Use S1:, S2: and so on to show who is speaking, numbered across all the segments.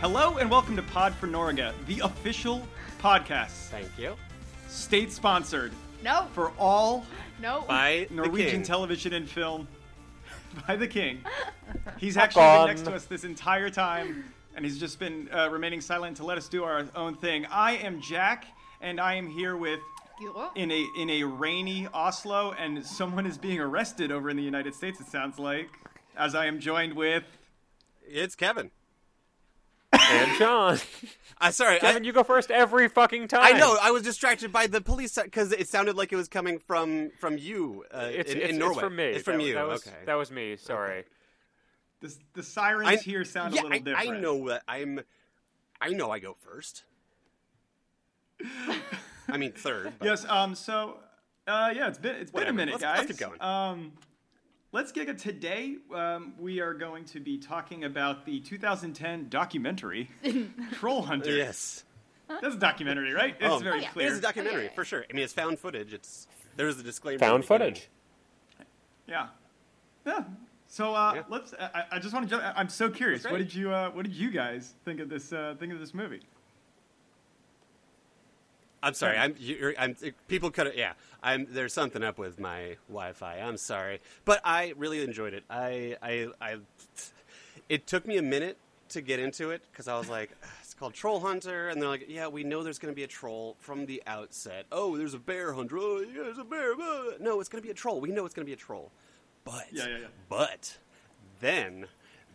S1: Hello and welcome to Pod for Norga, the official podcast,
S2: Thank you.
S1: state sponsored
S3: No,
S1: for all
S3: no.
S2: By the
S1: Norwegian
S2: king.
S1: television and film by the king. He's actually been
S2: on.
S1: next to us this entire time, and he's just been uh, remaining silent to let us do our own thing. I am Jack, and I am here with
S3: Gyro.
S1: in a in a rainy Oslo, and someone is being arrested over in the United States. It sounds like, as I am joined with.
S2: it's Kevin.
S4: and John.
S2: Uh, sorry,
S4: Kevin,
S2: I,
S4: you go first every fucking time.
S2: I know. I was distracted by the police because it sounded like it was coming from from you uh,
S4: It's,
S2: in,
S4: it's,
S2: in
S4: it's
S2: Norway.
S4: from me.
S2: It's from
S4: That-
S2: you.
S4: That was,
S2: okay.
S4: that was me. Sorry.
S1: The, the sirens
S2: I-
S1: here sound a
S2: yeah,
S1: little
S2: I,
S1: different.
S2: I know that I'm. I know I go first. I mean third. But
S1: Yes. Um. So, uh, yeah, it's been it's
S2: Whatever,
S1: been a minute,
S2: let's-
S1: guys.
S2: let's keep going.
S1: Um, let's get it today. Um, we are going to be talking about the 2010 documentary Troll Hunter.
S2: Yes.
S1: That's a documentary, right? It's
S2: Oh.
S1: very
S3: Oh, yeah.
S1: clear.
S2: It is a documentary
S3: Okay.
S2: for sure. I mean, it's found footage. It's there's a disclaimer.
S4: Found
S2: at the beginning.
S4: footage.
S1: yeah. Yeah. So uh,
S2: Yeah.
S1: let's. I, I just want to. jump I- I'm so curious.
S2: That's
S1: What
S2: great.
S1: did you uh, What did you guys think of this uh, Think of this movie?
S2: I'm sorry. I'm, you're, I'm people could yeah. I'm there's something up with my Wi-Fi. I'm sorry, but I really enjoyed it. I I, I it took me a minute to get into it because I was like, "Ah, it's called Troll Hunter, and they're like, yeah, we know there's going to be a troll from the outset. Oh, there's a bear hunter. Oh, yeah, there's a bear. Ah. No, it's going to be a troll. We know it's going to be a troll, but
S1: Yeah, yeah, yeah.
S2: but then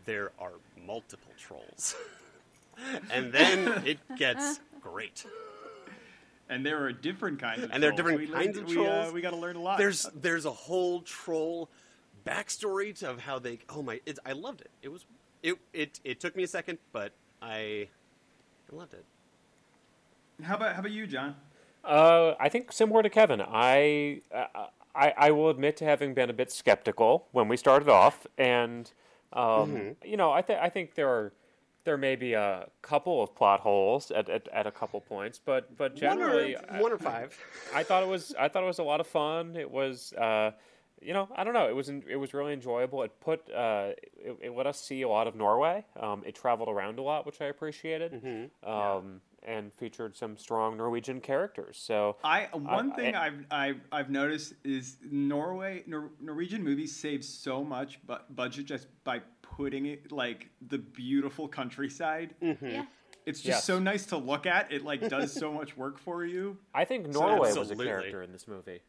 S2: there are multiple trolls, and then it gets great.
S1: And there are different kinds of
S2: And there are
S1: trolls.
S2: different
S1: we learned-
S2: kinds of
S1: we, Uh,
S2: trolls.
S1: we got to learn a lot.
S4: uh,
S2: There's there's a whole troll backstory to of how they. Oh my! It, I loved it. It was it it it took me a second, but I I loved it.
S1: How about How about you, John?
S4: Uh, I think similar to Kevin, I, uh, I I will admit to having been a bit skeptical when we started off, and um,
S2: Mm-hmm.
S4: you know, I think I think there are there may be a couple of plot holes at, at, at a couple points, but but generally,
S2: one
S4: I-
S2: or, one or five.
S4: I thought it was I thought it was a lot of fun. It was uh, you know I don't know it was en- it was really enjoyable. It put uh, it, it let us see a lot of Norway. Um, it traveled around a lot, which I appreciated.
S2: Mm-hmm.
S4: Um, And featured some strong Norwegian characters. So
S1: I one
S4: I-
S1: thing I, have I've I've noticed is Norway Nor- Norwegian movies save so much bu- budget just by putting it like the beautiful countryside.
S3: Yeah.
S1: It's just
S4: Yes.
S1: so nice to look at. It like does so much work for you.
S4: I think Norway was a
S2: Absolutely.
S4: character in this movie.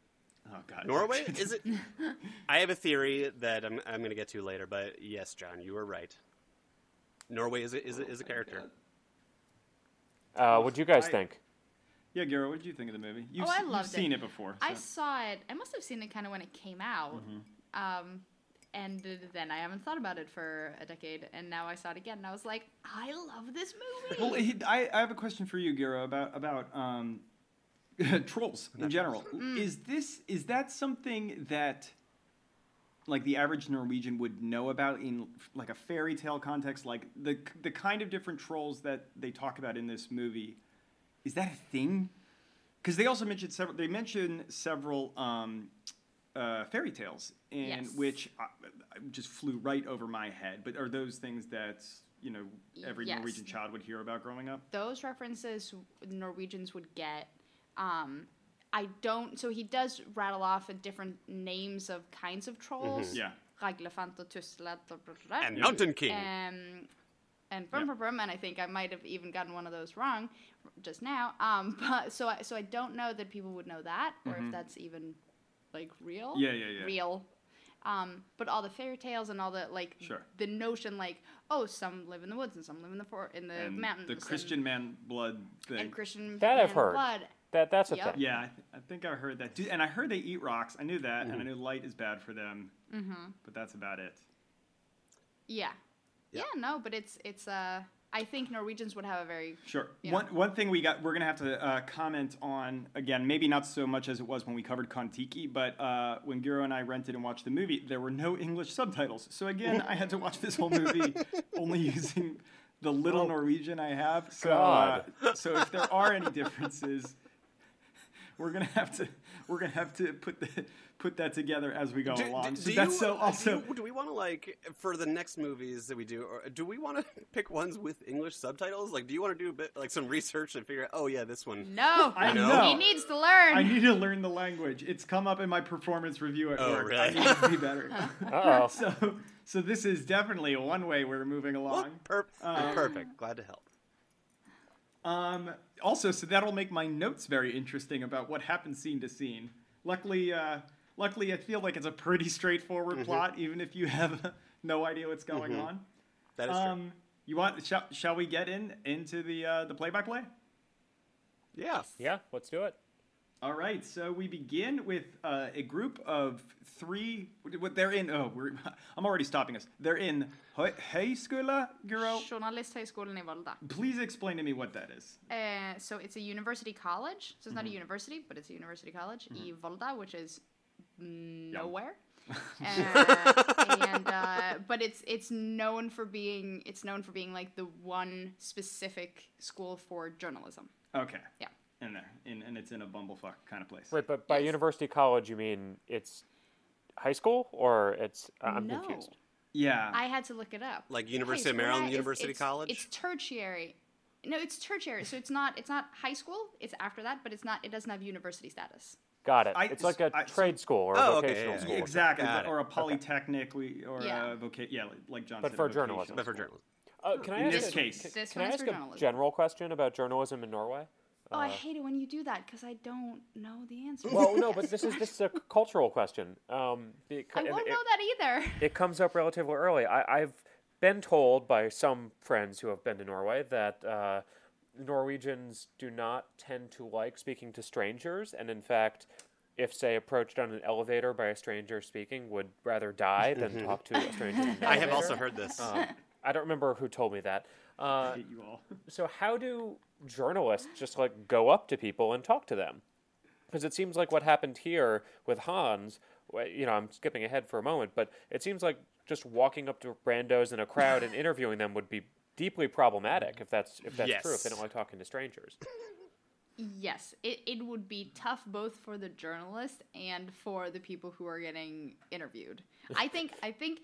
S1: Oh god.
S2: Norway is it? I have a theory that I'm I'm going to get to later, but yes, John, you were right. Norway is a, is a, is a character.
S4: Uh, what do you guys
S1: I-
S4: think?
S1: Yeah, Gero, what did you think of the movie? You've,
S3: Oh, I
S1: se- you've
S3: loved it.
S1: seen it before.
S3: I
S1: so-
S3: saw it. I must have seen it kind of when it came out.
S1: Mm-hmm.
S3: Um, and then I haven't thought about it for a decade. And now I saw it again. And I was like, I love this movie.
S1: Well, he, I, I have a question for you, Gero, about about um, trolls in general. Is this is that something that like the average Norwegian would know about in like a fairy tale context, like the the kind of different trolls that they talk about in this movie? Is that a thing? Because they also mentioned several. They mention several. Um, uh, fairy tales, and
S3: Yes.
S1: which I, I just flew right over my head. But are those things that you know every
S3: Yes.
S1: Norwegian child would hear about growing up?
S3: those references Norwegians would get. Um, I don't. So he does rattle off a different names of kinds of trolls.
S1: Mm-hmm. Yeah.
S3: Raglefant og Tusla. blah, blah, blah.
S2: And Mountain King.
S3: Um, and brum,
S1: Yeah.
S3: brum, brum, and I think I might have even gotten one of those wrong just now. Um, but so I, so I don't know that people would know that or if that's even like real.
S1: Mm-hmm. Yeah, yeah, yeah.
S3: Real. Um, but all the fairy tales and all the like
S1: Sure.
S3: the notion like oh some live in the woods and some live in the for in the
S1: And
S3: mountains
S1: the
S3: and-
S1: Christian man blood thing.
S3: and Christian
S4: That I've
S3: man
S4: heard.
S3: blood.
S4: That that's a
S3: Yeah.
S4: thing.
S1: yeah, I, th- I think I heard that. Dude, and I heard they eat rocks. I knew that,
S3: Mm-hmm.
S1: and I knew light is bad for them. Mm-hmm. But that's about it.
S3: Yeah. yeah, no, but it's it's uh I think Norwegians would have a very
S1: Sure.
S3: Yeah.
S1: One one thing we got we're gonna have to uh, comment on again. Maybe not so much as it was when we covered Kontiki, but uh, when Giro and I rented and watched the movie, there were no English subtitles. So again, I had to watch this whole movie only using the little Norwegian I have. So, uh, so if there are any differences, we're gonna have to we're gonna have to put the, put that together as we go
S2: Do,
S1: along.
S2: do-
S1: so
S2: do
S1: that's
S2: you-
S1: so
S2: do
S1: also.
S2: you- do we want to like for the next movies that we do? Or do we want to pick ones with English subtitles? Like, do you want to do a bit like some research and figure out? Oh yeah, this one.
S3: No,
S1: I
S2: know.
S3: he needs to learn.
S1: I need to learn the language. It's come up in my performance review at
S2: Oh,
S1: work.
S2: really?
S1: I need to be better.
S4: Uh-oh.
S1: so, so this is definitely one way we're moving
S2: Well,
S1: along.
S2: per-
S1: Um,
S2: perfect. Glad to help.
S1: Um, also, so that'll make my notes very interesting about what happens scene to scene. Luckily, uh, luckily, I feel like it's a pretty straightforward plot, even if you have no idea what's going on.
S2: That is
S1: Um, you want? Shall, shall we get in into the uh, the play by play?
S2: true. Yeah.
S4: Yeah, let's do it.
S1: All right, so we begin with uh, a group of three. What they're in? Oh, we're, I'm already stopping us. They're in high school, girl.
S3: Journalisthögskolan i Volda.
S1: Please explain to me what that is.
S3: Uh, so it's a university college. So it's
S2: Mm-hmm.
S3: not a university, but it's a university college i Volda, which is nowhere. uh, and uh, but it's it's known for being it's known for being like the one specific school for journalism.
S1: Okay.
S3: Yeah.
S1: In there, in, and it's in a bumblefuck kind of place.
S4: Wait, but by
S3: Yes.
S4: university college, you mean it's high school or it's? I'm
S3: no,
S4: confused.
S1: Yeah.
S3: I had to look it up.
S2: Like University of
S3: High school,
S2: Maryland,
S3: yeah, it's-
S2: University
S3: it's-
S2: College?
S3: It's tertiary. No, it's tertiary. So it's not it's not high school. It's after that, but it's not it doesn't have university status.
S4: Got it.
S1: I-
S4: it's like a
S1: I- so-
S4: trade school or a
S2: Oh, okay,
S4: vocational
S2: yeah, yeah.
S4: school.
S1: exactly.
S2: Got it.
S1: Or a polytechnic, we or
S3: Yeah.
S1: a voca- Yeah, like- like John
S4: But
S1: said.
S4: for
S1: a vocational
S4: journalism.
S2: But for
S1: school.
S2: journalism.
S4: Uh, can I
S1: In
S4: ask
S1: this
S4: a,
S1: case.
S4: can,
S3: This
S4: can I
S3: one is
S4: ask
S3: for
S4: a
S3: journalism.
S4: general question about journalism in Norway?
S2: Uh.
S3: Oh, I hate it when you do that because I don't know the answer.
S4: Well, no, but this is this is a cultural question. Um,
S3: I
S4: because,
S3: won't
S4: it,
S3: know that either.
S4: it comes up relatively early. I, I've been told by some friends who have been to Norway that uh, Norwegians do not tend to like speaking to strangers, and in fact, if say approached on an elevator by a stranger speaking, would rather die than talk to a stranger. in an
S2: I have
S4: elevator.
S2: also heard this.
S4: Um, I don't remember who told me that. Uh,
S1: I hate you all.
S4: so how do journalists just like go up to people and talk to them because it seems like what happened here with hans wh- you know i'm skipping ahead for a moment but it seems like just walking up to brandos in a crowd and interviewing them would be deeply problematic if that's if that's true if
S2: Yes.
S4: they don't like talking to strangers
S3: Yes, it, it would be tough both for the journalist and for the people who are getting interviewed. I think I think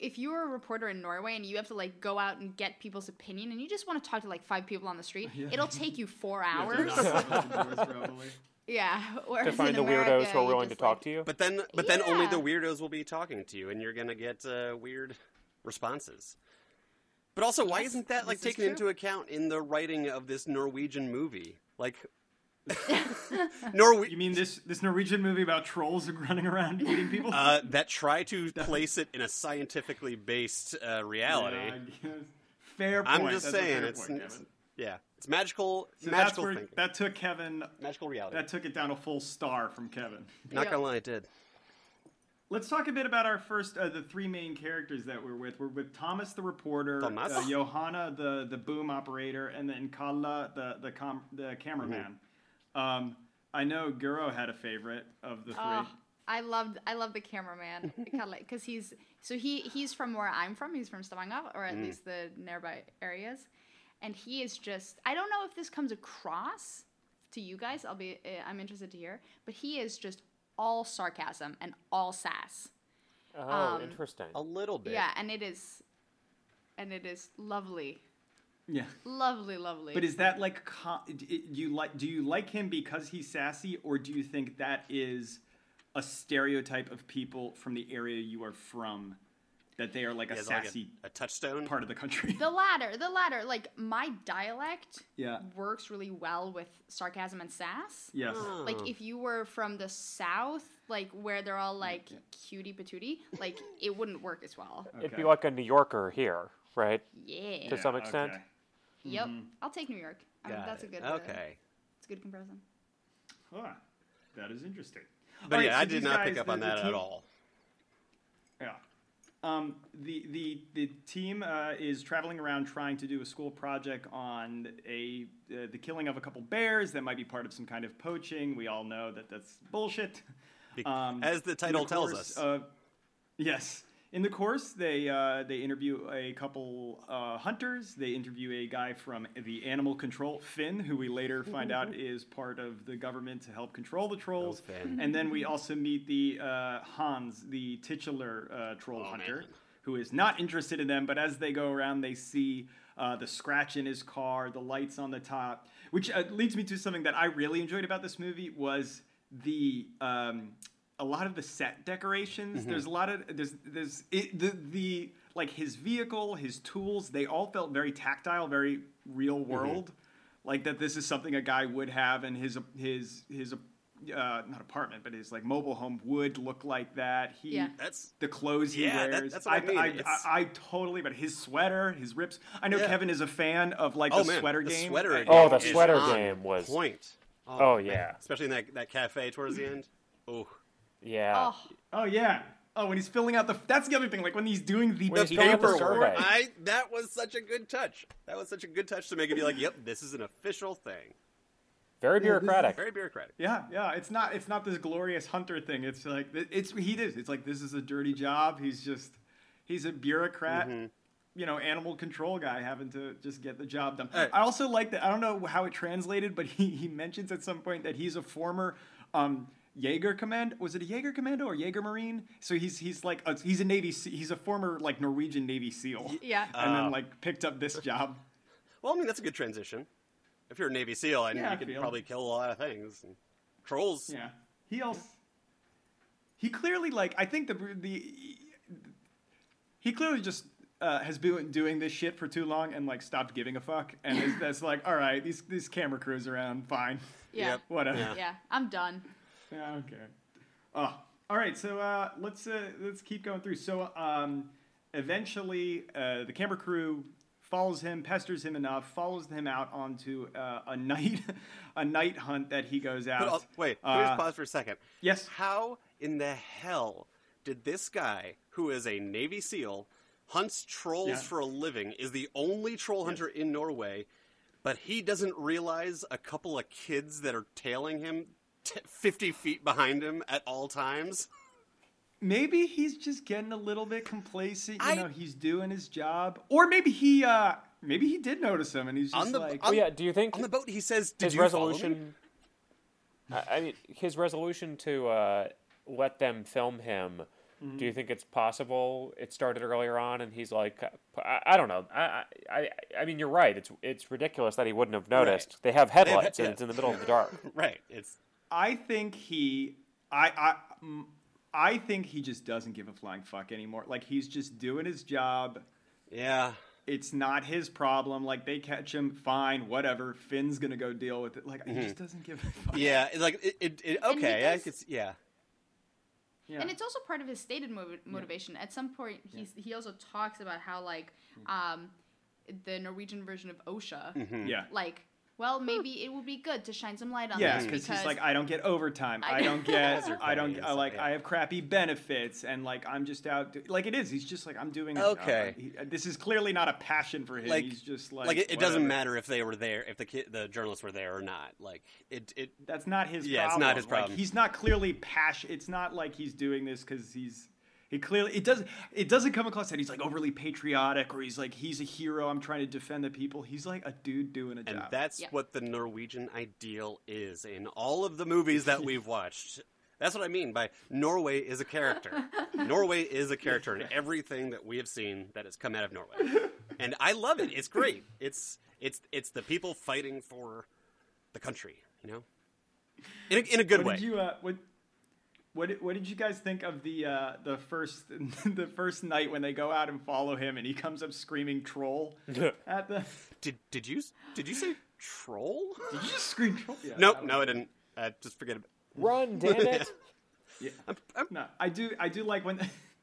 S3: if you're a reporter in Norway and you have to like go out and get people's opinion and you just want to talk to like five people on the street, it'll take you four hours. yeah.
S4: to find the weirdos who are willing to talk to you
S2: But then, but then only
S3: Yeah.
S2: the weirdos will be talking to you, and you're gonna get uh, weird responses. But also, why
S3: Yes,
S2: isn't that like
S3: this is
S2: taken into
S3: true.
S2: account in the writing of this Norwegian movie? Like, Norwe-
S1: You mean this this Norwegian movie about trolls running around eating people?
S2: uh, that try to place it in a scientifically based uh, reality.
S1: Yeah, I guess. fair point.
S2: I'm just
S1: That's a
S2: saying,
S1: fair
S2: it's,
S1: point,
S2: it's-
S1: Kevin.
S2: yeah, it's magical,
S1: So that's
S2: magical
S1: where
S2: thinking,
S1: that took Kevin.
S2: magical reality.
S1: That took it down a full star from Kevin.
S2: Not
S3: Yeah.
S2: gonna lie, it did.
S1: Let's talk a bit about our first, uh, the three main characters that we're with. We're with Thomas the reporter,
S2: Thomas?
S1: Uh, Johanna the the boom operator, and then Kalla the the com-
S2: Mm-hmm.
S1: the cameraman. Um, I know Guro had a favorite of the three.
S3: Oh, I loved I love the cameraman because he's so he he's from where I'm from. He's from Stavanger or
S1: Mm.
S3: at least the nearby areas, and he is just I don't know if this comes across to you guys. I'll be uh, I'm interested to hear, but he is just all sarcasm and all sass.
S4: oh
S3: Um,
S4: interesting
S2: A little bit.
S3: Yeah, and it is, and it is lovely,
S1: yeah.
S3: lovely, lovely.
S1: But is that like co- d- i- do you like do you like him because he's sassy, or do you think that is a stereotype of people from the area you are from that they are like a
S2: Is it like
S1: sassy
S2: a, a touchstone.
S1: part of the country?
S3: the latter, the latter. Like my dialect
S1: yeah.
S3: works really well with sarcasm and sass.
S1: Yes.
S2: Oh, Mm.
S3: Like if you were from the south, like where they're all like
S2: Mm.
S3: cutie patootie, like it wouldn't work as well.
S4: it'd be
S1: Okay.
S4: like a new yorker here right
S3: Oh. Yeah.
S4: to some extent
S1: okay.
S3: Yep. I'll take New York. I mean,
S2: mm-hmm. Got
S3: that's
S2: it.
S3: a good. uh,
S2: Okay.
S3: It's a good comparison.
S1: Huh. That is interesting.
S2: But
S1: All
S2: yeah,
S1: right,
S2: I
S1: so
S2: did
S1: these
S2: not pick
S1: guys,
S2: up
S1: the-
S2: on
S1: the
S2: that at
S1: team-
S2: all.
S1: Yeah. Um, the, the, the team uh, is traveling around trying to do a school project on a, uh, the killing of a couple bears that might be part of some kind of poaching. We all know that that's bullshit.
S2: Be-
S1: Um,
S2: As
S1: in
S2: the
S1: the
S2: title tells
S1: course
S2: us.
S1: of- yes. In the course, they uh, they interview a couple uh, hunters. They interview a guy from the animal control, Finn, who we later find out is part of the government to help control the trolls.
S2: Oh, Finn.
S1: and then we also meet the uh, Hans, the titular uh, troll
S2: Oh,
S1: hunter, who is not interested in them. But as they go around, they see uh, the scratch in his car, the lights on the top, which uh, leads me to something that I really enjoyed about this movie was the um, a lot of the set decorations. There's a lot of there's there's it, the the like his vehicle, his tools. They all felt very tactile, very real world. Like that, this is something a guy would have, and his his his uh, not apartment, but his like mobile home would look like that. He
S3: Yeah.
S2: That's
S1: the clothes he
S2: Yeah, that-
S1: wears.
S2: that's what I mean.
S1: I, I,
S2: It's-
S1: I totally, but his sweater, his rips. I know
S2: Yeah.
S1: Kevin is a fan of like
S2: oh
S1: the
S2: man,
S1: sweater
S2: the
S1: game.
S2: Sweater
S1: Uh,
S2: game
S4: Oh, the
S2: is
S4: sweater
S2: on
S4: game was-
S2: point.
S4: Oh,
S2: man.
S4: yeah.
S2: especially in that, that cafe towards the end. Oh,
S4: Yeah.
S3: Oh,
S1: Oh yeah. Oh, when he's filling out the. That's the other thing. Like when he's doing the
S4: When he's filling out the
S1: paperwork.
S4: survey.
S2: I that was such a good touch. That was such a good touch to make it be like, yep, this is an official thing.
S4: Very
S1: this is
S4: bureaucratic.
S2: Very bureaucratic.
S1: Yeah, yeah. It's not. It's not this glorious hunter thing. It's like it's he is. It's like this is a dirty job. He's just. He's a bureaucrat. You know, animal control guy having to just get the job done.
S2: Hey.
S1: I also like that. I don't know how it translated, but he, he mentions at some point that he's a former um, Jaeger command. Was it a Jaeger commando or Jaeger Marine? So he's he's like a, he's a Navy. Se- He's a former like Norwegian Navy SEAL.
S3: yeah.
S1: And
S2: Ah.
S1: then like picked up this job.
S2: Well, I mean that's a good transition. If you're a Navy SEAL, I
S1: Yeah, I
S2: you could
S1: feel.
S2: probably kill a lot of things. Trolls.
S1: Yeah. He also he clearly like I think the the he clearly just uh, has been doing this shit for too long and like stopped giving a fuck and is, that's like all right these these camera crews around fine
S3: yeah.
S2: Yep.
S1: whatever
S2: Yeah.
S1: yeah.
S3: Yeah. I'm done.
S1: I don't care oh all right so uh, let's uh, let's keep going through so um eventually uh, the camera crew follows him pesters him enough follows him out onto uh, a night a night hunt that he goes out
S2: But I'll- wait, can
S1: Uh,
S2: we just pause for a second?
S1: yes
S2: How in the hell did this guy, who is a Navy SEAL, hunts trolls
S1: Yeah.
S2: for a living, is the only troll hunter in Norway, but he doesn't realize a couple of kids that are tailing him t- 50 feet behind him at all times?
S1: Maybe he's just getting a little bit complacent. You
S2: I-
S1: know, he's doing his job, or maybe he, uh maybe he did notice him, and he's
S2: On
S1: just
S2: the-
S1: like,
S2: on-
S4: Oh, yeah. Do you think
S2: On the boat, he says, Did
S4: his
S2: you follow me?"
S4: resolution? I, I mean, his resolution to uh, let them film him.
S2: Mm-hmm.
S4: Do you think it's possible? It started earlier on, and he's like, uh, I, I don't know. I, I, I- I mean, you're right. It's it's ridiculous that he wouldn't have noticed. They have headlights, and
S2: yeah.
S4: it's in the middle of the dark.
S2: Right. It's
S1: I think he, I, I, mm, I think he just doesn't give a flying fuck anymore. Like he's just doing his job.
S2: Yeah.
S1: It's not his problem. Like they catch him, fine, whatever. Finn's gonna go deal with it. Like
S2: Mm-hmm.
S1: he just doesn't give a fuck.
S2: Yeah. It's like, it, it, it,
S3: And he
S2: okay. I
S3: does-
S2: could, s- yeah.
S1: Yeah.
S3: And it's also part of his stated motiv- motivation. At some point, he's, he also talks about how like
S2: Mm.
S3: um, the Norwegian version of OSHA,
S2: Mm-hmm.
S1: yeah.
S3: like, well, maybe it would be good to shine some light on
S1: Yeah,
S3: this
S1: Um, because
S3: because
S1: he's like, I don't get overtime.
S3: I-
S1: I don't get.
S2: Hazard
S1: I don't
S2: pay
S1: I,
S2: and
S1: like.
S2: stuff, yeah.
S1: I have crappy benefits, and like I'm just out. do- like it is. He's just like I'm doing. a job.
S2: Okay.
S1: He- uh, this is clearly not a passion for him.
S2: Like-
S1: he's just like.
S2: Like, it, it doesn't
S1: whatever.
S2: matter if they were there, if the kid, the journalists were there or not. Like, it, it,
S1: That's not his.
S2: Yeah, it's
S1: problem.
S2: not his problem.
S1: Like, he's not clearly passion. It's not like he's doing this because he's. He clearly it doesn't it doesn't come across that he's like overly patriotic or he's like he's a hero. I'm trying to defend the people. He's like a dude doing a
S2: And
S1: job.
S2: that's
S3: Yeah.
S2: what the Norwegian ideal is in all of the movies that we've watched. That's what I mean by Norway is a character. Norway is a character in everything that we have seen that has come out of Norway. And I love it. It's great. It's it's it's the people fighting for the country, you know? In a, in a good
S1: What
S2: way.
S1: did you uh, what, what did- what did you guys think of the uh, the first the first night when they go out and follow him and he comes up screaming troll at the
S2: Did did you did you say troll?
S1: Did you just scream troll? Yeah,
S2: nope,
S1: that was-
S2: no I didn't. Uh, just forget about
S4: Run, damn it!
S2: I'm, I'm,
S1: No, I do. I do like when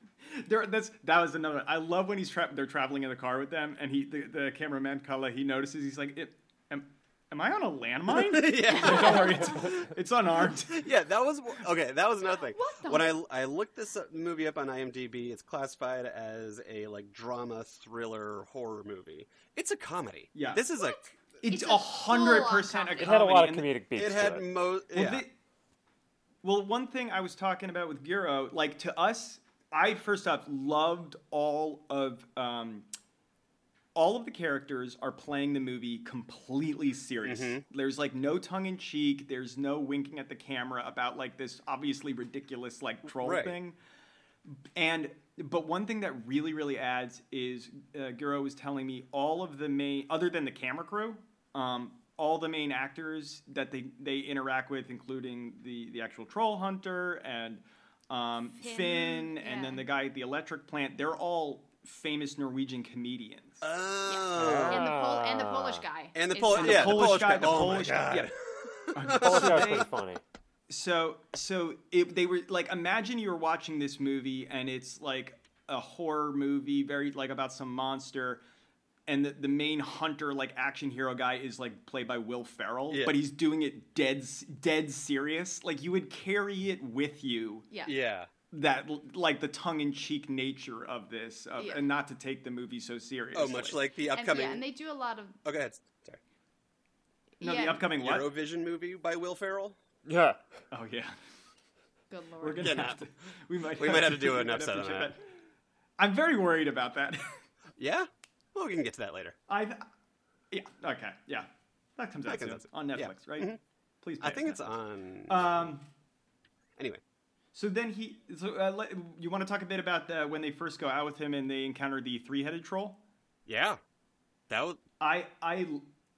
S1: there. That's that was another. I love when he's tra- they're traveling in the car with them, and he the, the cameraman Kala he notices. He's like, it, am, "Am I on a landmine?"
S2: yeah.
S1: Don't worry, it's, it's unarmed.
S2: yeah, that was okay. That was another thing.
S3: What the-
S2: when I I looked this up- movie up on IMDb, it's classified as a like drama thriller horror movie. It's a comedy.
S1: Yeah.
S2: this is
S1: It's
S3: It's a
S1: a hundred
S3: full-on
S1: percent a
S3: comedy.
S1: comedy.
S4: It had a lot of
S1: and-
S4: comedic
S2: a.
S4: beats.
S2: It
S4: to
S2: had
S4: it.
S2: mo.
S1: Well,
S2: yeah.
S1: thi- well, one thing I was talking about with Giro, like to us, I first off loved all of um, all of the characters are playing the movie completely serious.
S2: Mm-hmm.
S1: There's like no tongue in cheek. There's no winking at the camera about like this obviously ridiculous like troll
S2: Right.
S1: thing. And but one thing that really really adds is uh, Giro was telling me all of the main other than the camera crew, um, all the main actors that they they interact with, including the the actual troll hunter and um, Finn,
S3: Finn,
S1: and then
S3: yeah.
S1: the guy at the electric plant. They're all famous Norwegian comedians.
S2: Uh, Oh.
S3: and the Pol- and the
S4: Ah.
S3: Polish guy.
S2: And the
S3: is
S2: Pol-
S3: from-
S1: and
S2: yeah.
S1: the Polish, guy, the
S2: oh my
S1: Polish guy.
S2: God.
S1: Yeah.
S4: Polish guy's pretty funny.
S1: So so it, they were like imagine you were watching this movie and it's like a horror movie, very like about some monster, and the, the main hunter like action hero guy is like played by Will Ferrell,
S2: Yeah.
S1: but he's doing it dead s- dead serious. Like you would carry it with you
S3: Yeah.
S2: Yeah.
S1: that like the tongue in cheek nature of this, of,
S3: Yeah.
S1: and not to take the movie so seriously.
S2: Oh, much like the
S3: And,
S2: upcoming.
S3: yeah, and they do a lot of
S2: Oh, go ahead. Sorry.
S1: no,
S3: yeah,
S1: the upcoming what?
S2: Eurovision movie by Will Ferrell.
S4: Yeah.
S1: Oh yeah,
S3: Good lord.
S1: we're gonna
S2: Yeah, no.
S1: have to. We might.
S2: We might have to do an
S1: we might have to
S2: episode on
S1: check
S2: that.
S1: I'm very worried about that.
S2: Yeah. Well, we can get to that later.
S1: I. Yeah. Okay. Yeah. That comes out
S2: comes
S1: soon.
S2: out soon.
S1: on Netflix,
S2: Yeah. Mm-hmm.
S1: right? Please.
S2: I
S1: pay
S2: think
S1: us,
S2: it's on.
S1: Netflix. Um.
S2: Anyway.
S1: So then he. So uh, let, you want to talk a bit about the, when they first go out with him and they encounter the three-headed troll?
S2: Yeah. That was.
S1: I I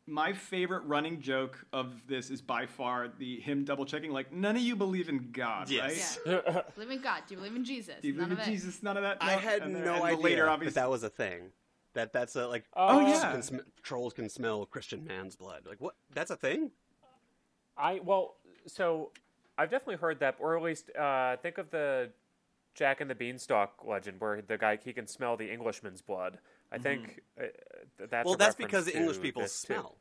S1: my favorite running joke of this is by far the him double checking like none of you believe in God, right?
S2: Yes.
S3: yeah. Believe in God. Do you believe in Jesus?
S1: Do you
S3: None
S1: believe
S3: of
S1: in
S3: it.
S1: Jesus? None of that.
S2: I
S1: No.
S2: had
S1: And then-
S2: no
S1: and the
S2: idea
S1: Later,
S2: that
S1: obviously,
S2: that was a thing. That that's a like.
S4: Oh,
S1: yeah.
S2: trolls can sm- trolls can smell Christian man's blood. Like what? That's a thing.
S4: I well, so I've definitely heard that, or at least uh, think of the Jack and the Beanstalk legend, where the guy he can smell the Englishman's blood. I think uh, th- that's
S2: Mm-hmm. well,
S4: a
S2: that's
S4: reference
S2: because the English
S4: to
S2: people
S4: this, too.
S2: smell.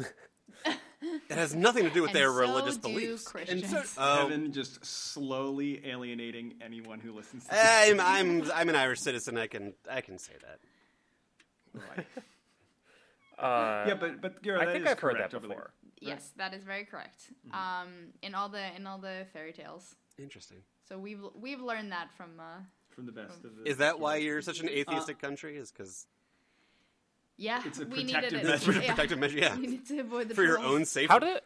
S2: that has nothing to do with
S3: And
S2: their
S3: so
S2: religious
S3: do
S2: beliefs. And
S3: Christians.
S2: so, oh,
S1: Kevin just slowly alienating anyone who listens. to this.
S2: I'm, I'm I'm an Irish citizen. I can I can say that.
S1: Right.
S4: Uh,
S1: yeah, but but Gero,
S4: I
S1: that
S4: think
S1: is
S4: I've heard that
S1: correct over there.
S4: before.
S3: Yes, that is very correct.
S1: Mm-hmm.
S3: Um, in all the in all the fairy tales.
S2: Interesting.
S3: So we've we've learned that from uh,
S1: from the best of the
S2: Is that
S1: story.
S2: why you're such an atheistic country? Is because
S3: yeah.
S1: It's a
S3: we needed
S1: protective
S3: it.
S1: measure.
S3: Yeah.
S2: protective measure? Yeah,
S3: We need to avoid the
S2: for your
S3: trolls.
S2: own safety.
S4: How do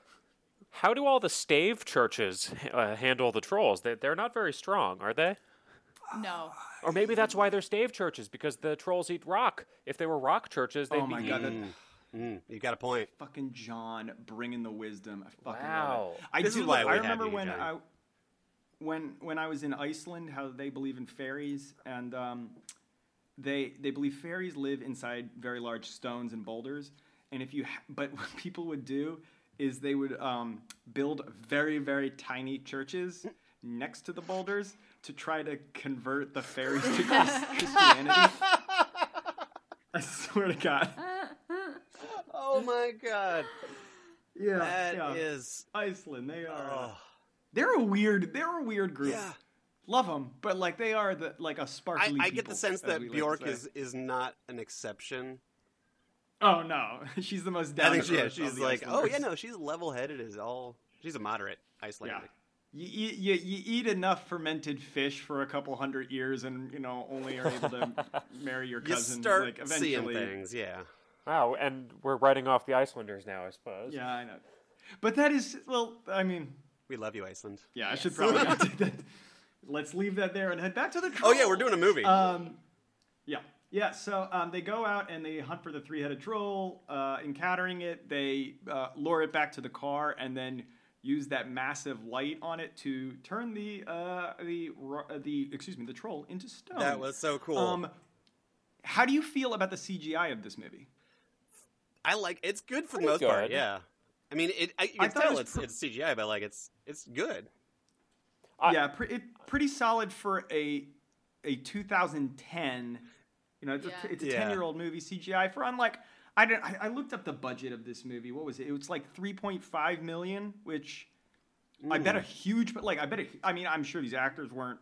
S4: how do all the stave churches uh, handle the trolls? They they're not very strong, are they?
S3: No.
S4: Or maybe that's why they're stave churches because the trolls eat rock. If they were rock churches, they'd
S1: Oh
S4: be
S1: my god, that
S2: Mm, you got a point.
S1: fucking John bringing the wisdom. I fucking love it.
S4: Wow.
S1: I
S2: This
S1: do
S2: is why
S1: love-
S2: we
S1: I
S2: have
S1: remember
S2: you,
S1: when
S2: Johnny.
S1: I when when I was in Iceland, how they believe in fairies and um, they they believe fairies live inside very large stones and boulders. And if you ha- but what people would do is they would um, build very very tiny churches next to the boulders to try to convert the fairies to Chris- Christianity. I swear to God.
S2: Oh my god,
S1: Yeah,
S2: that
S1: yeah.
S2: is.
S1: Iceland. They are. uh,
S2: oh.
S1: They're a weird. They're a weird group.
S2: Yeah.
S1: Love them, but like they are the like a sparkly.
S2: I, I get
S1: people,
S2: the sense
S1: as
S2: that
S1: we like to
S2: Bjork
S1: say.
S2: is is not an exception.
S1: Oh no, she's the most.
S2: I
S1: Down
S2: think she, yeah,
S1: earth of
S2: she's
S1: the
S2: like, oh
S1: Icelanders.
S2: yeah, no, she's level headed as all. She's a moderate
S1: Yeah.
S2: Icelandic.
S1: You, eat- you, you eat enough fermented fish for a couple hundred years, and you know only are able to marry your
S2: You
S1: cousin.
S2: start
S1: like
S2: seeing
S1: eventually,
S2: things, yeah.
S4: Wow, and we're writing off the Icelanders now, I suppose.
S1: yeah, I know. But that is well. I mean,
S2: We love you, Iceland.
S1: yeah, I should probably not do that. Let's leave that there and head back to the.
S2: Oh yeah, we're doing a movie.
S1: Um, yeah, yeah. So um, they go out and they hunt for the three-headed troll. Uh, encountering it, they uh, lure it back to the car, and then use that massive light on it to turn the uh, the ro- uh, the excuse me the troll into
S4: Oh.
S1: stone.
S2: that was so cool.
S1: Um, how do you feel about the CGI of this movie?
S2: I like it's good for the
S4: Pretty
S2: most part.
S4: good.
S2: Yeah, I mean, it. I, you
S1: I
S2: can
S1: thought it
S2: tell
S1: was
S2: it's
S1: pr-
S2: it's CGI, but like it's it's good.
S4: I-
S1: yeah, pre- it, pretty solid for a a 2010. You know, it's
S3: Yeah.
S1: a, it's a
S2: Yeah.
S1: 10 year old movie CGI for unlike I don't I, I looked up the budget of this movie. What was it? It was like 3.5 million, which I
S2: Mm.
S1: bet a huge but like I bet a, I mean I'm sure these actors weren't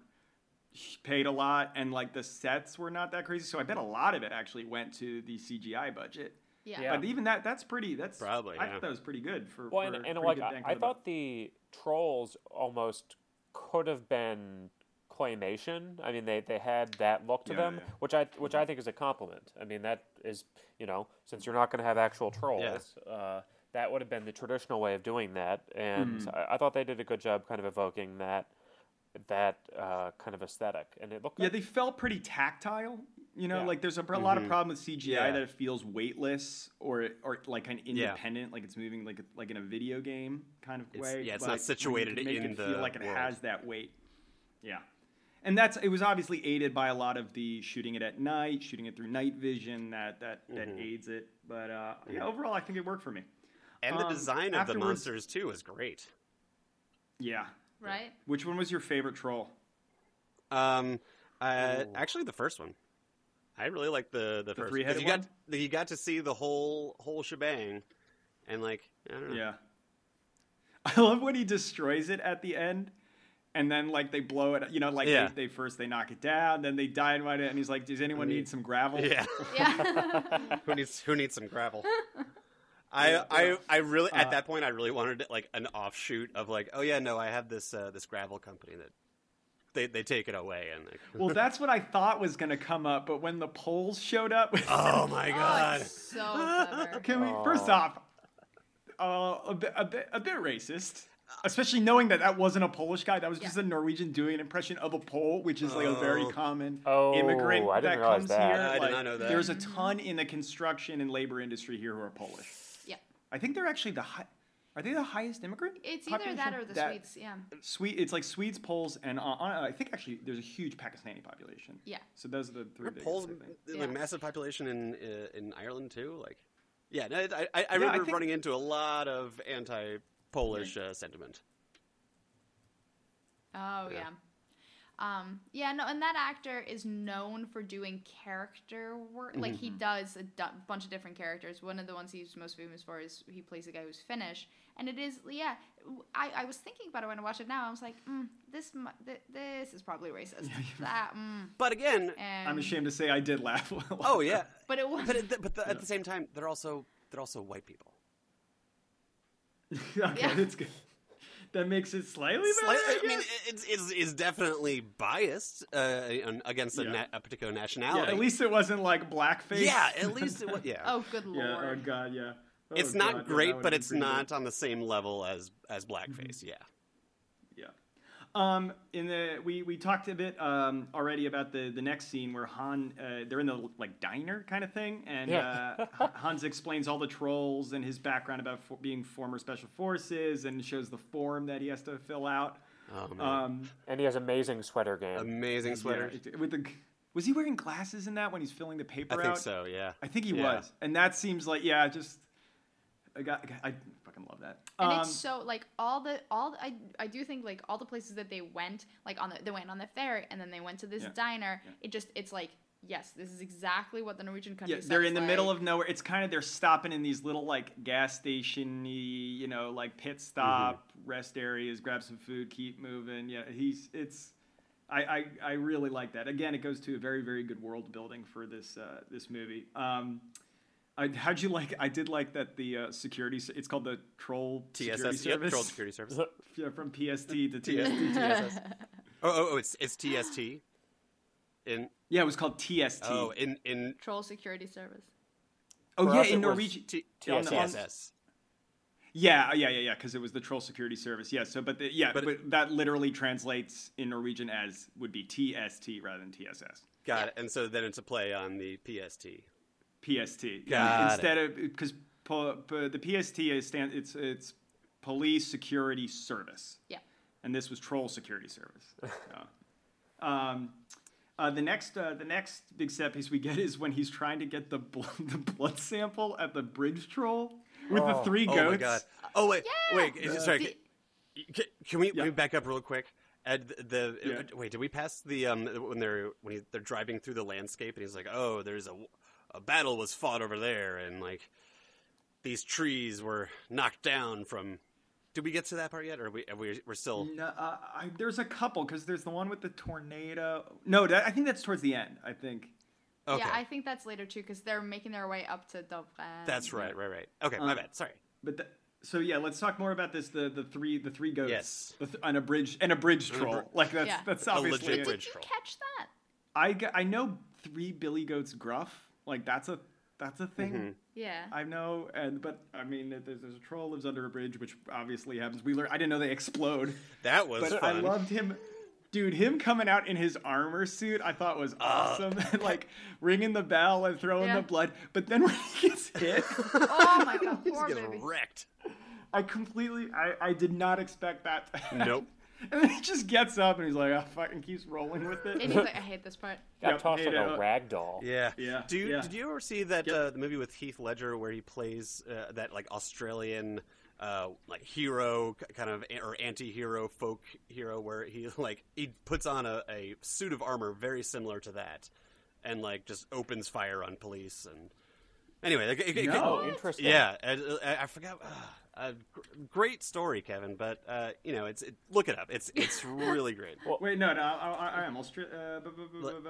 S1: paid a lot and like the sets were not that crazy, so I bet a lot of it actually went to the CGI budget.
S3: Yeah.
S4: Yeah.
S1: But even that that's pretty that's
S2: Probably,
S1: I
S2: yeah.
S1: thought that was pretty good for
S4: Well,
S1: for
S4: and,
S1: pretty
S4: and like
S1: good
S4: I,
S1: bang for
S4: I
S1: the buck.
S4: thought the trolls almost could have been claymation. I mean, they, they had that look to
S1: Yeah,
S4: them,
S1: yeah. Mm-hmm.
S4: which I which I think is a compliment. I mean, that is you know since you're not going to have actual trolls, uh, that would have been the traditional way of doing that, and
S1: Mm-hmm.
S4: I, I thought they did a good job kind of evoking that that uh, kind of aesthetic, and it looked
S1: Yeah,
S4: good.
S1: they felt pretty tactile. You know,
S4: Yeah.
S1: like there's a, pr- a lot of problem with CGI
S2: Yeah.
S1: that it feels weightless or or like kind of
S2: Yeah.
S1: independent, like it's moving like like in a video game kind of
S2: It's-
S1: way.
S2: yeah, it's
S1: but
S2: not
S1: when you
S2: situated
S1: can make
S2: in
S1: it
S2: the
S1: feel like it
S2: world.
S1: has that weight. Yeah, and that's it was obviously aided by a lot of the shooting it at night, shooting it through night vision that that
S2: Mm-hmm.
S1: that aids it. But uh, yeah, overall, I think it worked for me.
S2: And the
S1: Um,
S2: design of the
S1: afterwards-
S2: monsters too is great.
S1: Yeah,
S3: right?
S1: which one was your favorite troll?
S2: Um, uh, actually, the first one. I really like the the, first 'cause
S1: three-headed
S2: you got you got to see the whole whole shebang, and like I don't know.
S1: Yeah. I love when he destroys it at the end. And then, like, they blow it, you know, like,
S2: Yeah.
S1: they, they first they knock it down, then they dynamite it, and he's like, Does anyone need some gravel?
S2: Mm. Yeah.
S1: Oh
S3: Yeah. Oh,
S2: who needs who needs some gravel? I, I I really at that point I really wanted like an offshoot of like oh yeah no I have this uh, this gravel company that they they take it away and like,
S1: Well, that's what I thought was going to come up, but when the polls showed up,
S2: oh my
S3: oh,
S2: god
S3: it's so clever.
S1: can we, first off,
S4: Aw.
S1: uh, a, bit, a, bit, a bit racist, especially knowing that that wasn't a Polish guy, that was just
S3: Yeah.
S1: a Norwegian doing an impression of a Pole, which is like a very
S2: Oh.
S1: common
S4: Oh,
S1: immigrant
S4: I didn't
S1: that
S4: realize
S1: comes
S4: that.
S1: here.
S2: I did
S1: like,
S2: not know that.
S1: There's a ton in the construction and labor industry here who are Polish.
S3: Yeah.
S1: I think they're actually the high, are they the highest immigrant?
S3: It's either
S1: population?
S3: that or the Swedes. Yeah.
S1: Swe- it's like Swedes, Poles, and uh, uh, I think actually there's a huge Pakistani population.
S3: Yeah.
S1: So those are the three.
S2: Aren't
S1: Biggest,
S2: Poles
S1: I think.
S2: like
S3: Yeah.
S2: massive population in uh, in Ireland too like yeah no, I I, I remember
S1: think-
S2: running into a lot of anti Polish uh, sentiment
S3: Oh yeah. Um, yeah, no, and that actor is known for doing character work. Like he does a du- bunch of different characters. One of the ones he's most famous for is he plays a guy who's Finnish, and it is yeah. w- I, I was thinking about it when I watched it now. I was like, mm, this mu- th- this is probably racist. that, mm,
S2: but again
S3: and,
S1: I'm ashamed to say I did laugh. a lot.
S2: oh yeah
S3: but it was
S2: but at the, but the, at the same time they're also they're also white people
S1: okay,
S3: Yeah.
S1: that's good. That makes it slightly better.
S2: Slight-
S1: I
S2: I mean,
S1: guess.
S2: it's, it's, it's definitely biased uh, on- against a,
S1: Yeah.
S2: na- a particular
S1: yeah,
S2: nationality.
S1: at least it wasn't like blackface.
S2: yeah, at least it was. Yeah,
S3: oh good lord.
S1: yeah. Oh god. Yeah. Oh,
S2: it's not
S1: God, yeah, that
S2: great,
S1: would've
S2: but
S1: been
S2: it's
S1: pretty good.
S2: not on the same level as as blackface. Yeah,
S1: Mm-hmm. Yeah. Um, in the we, we talked a bit um, already about the, the next scene where Han uh, they're in the like diner kind of thing, and
S4: Yeah.
S1: uh, Han- Hans explains all the trolls and his background about for, being former special forces, and shows the form that he has to fill out.
S2: oh, man.
S1: Um,
S4: and he has amazing sweater game.
S2: amazing sweater.
S1: yeah, it- with the was he wearing glasses in that when he's filling the paper
S2: I think
S1: out?
S2: so. Yeah,
S1: I think he
S2: Yeah.
S1: was, and that seems like yeah, just I got I fucking love that.
S3: and
S1: um,
S3: it's so like all the all the, I I do think like all the places that they went like on the they went on the ferry and then they went to this
S1: Yeah.
S3: diner. It just it's like yes, this is exactly what the Norwegian country.
S1: Yeah, they're in the middle of nowhere. It's kind of they're stopping in these little like gas station you know, like pit stop,
S2: Mm-hmm.
S1: rest areas, grab some food, keep moving. Yeah, he's it's I, I I really like that. Again, it goes to a very very good world building for this uh, this movie. Um, I, how'd you like? I did like that the uh, security. s- It's called the Troll Security
S2: TSS. Yep,
S1: Service.
S2: Troll Security Service.
S1: Yeah, from PST to TST.
S2: TSS. Oh, oh, oh, it's it's TST. In
S1: yeah, it was called TST.
S2: oh, in in
S3: troll security service.
S1: Oh,
S4: For
S1: yeah,
S4: us it
S1: in
S4: was
S1: Norwegian.
S2: T-
S1: on the- on-
S2: TSS.
S1: Yeah, yeah, yeah, yeah. Because it was the troll security service. Yeah. So, but the, yeah,
S2: But
S1: but,
S2: it-
S1: that literally translates in Norwegian as would be TST rather than TSS.
S2: Got it. And so then it's a play on the PST.
S1: PST yeah,
S2: Got it.
S1: instead of because po, po- the PST is stand it's it's police security service,
S3: Yeah.
S1: and this was troll security service. Yeah. um, uh, the next uh, the next big set piece we get is when he's trying to get the bl- the blood sample at the bridge troll with the
S4: Oh.
S1: three goats.
S2: Oh my god. Oh wait,
S3: Yeah.
S2: wait. it's- Sorry.
S3: The-
S2: Can, can we
S1: Yeah.
S2: can we back up real quick? At the, the
S1: Yeah.
S2: uh, wait, did we pass the um when they're when he, they're driving through the landscape and he's like, oh, there's a a battle was fought over there and like these trees were knocked down from. Did we get to that part yet, or are we are we we're still?
S1: No, uh, I, there's a couple because there's the one with the tornado. No, that, I think that's towards the end. I think.
S2: Okay,
S3: Yeah, I think that's later too because they're making their way up to Dublin.
S2: that's right, right, right. Okay, my bad. Sorry.
S1: But th- So yeah, let's talk more about this. The the three the three goats.
S2: Yes.
S1: The th- an abridged an abridged troll. Like that's
S3: Yeah.
S1: that's
S2: A
S1: obviously
S2: legit
S1: it.
S2: bridge
S3: Did you
S2: troll.
S3: catch that?
S1: I g- I know three Billy Goats gruff. Like that's a that's a thing.
S2: Mm-hmm.
S3: Yeah.
S1: I know, and but I mean, there's, there's a troll lives under a bridge, which obviously happens. We learn. I didn't know they explode,
S2: That was
S1: but
S2: fun.
S1: I loved him. Dude, him coming out in his armor suit, I thought was
S2: Ah.
S1: awesome. like ringing the bell and throwing
S3: Yeah.
S1: the blood. But then when he gets hit,
S3: oh my god,
S2: He's
S3: poor
S2: getting
S3: baby.
S2: wrecked.
S1: I completely, I, I did not expect that. to happen.
S2: Nope.
S1: and then he just gets up and he's like, oh, fucking keeps rolling with it.
S3: And he's like, I hate this part.
S4: Got
S1: Yep,
S4: tossed like
S1: made
S4: a
S1: out.
S4: rag doll.
S2: Yeah.
S1: Yeah,
S2: Do you,
S1: yeah.
S2: Did you ever see that
S1: Yep.
S2: uh, the movie with Heath Ledger where he plays uh, that like Australian uh, like hero k- kind of or anti-hero folk hero where he like he puts on a, a suit of armor very similar to that and like just opens fire on police and anyway like, it- it-
S1: No.
S4: Oh, interesting.
S2: yeah I, I- I forgot. Uh, great story, Kevin, but uh, you know it's it, look it up. It's it's really great.
S1: Wait, no, no, I, I, I am. I'll stri- uh, bu- bu- bu- bu- bu-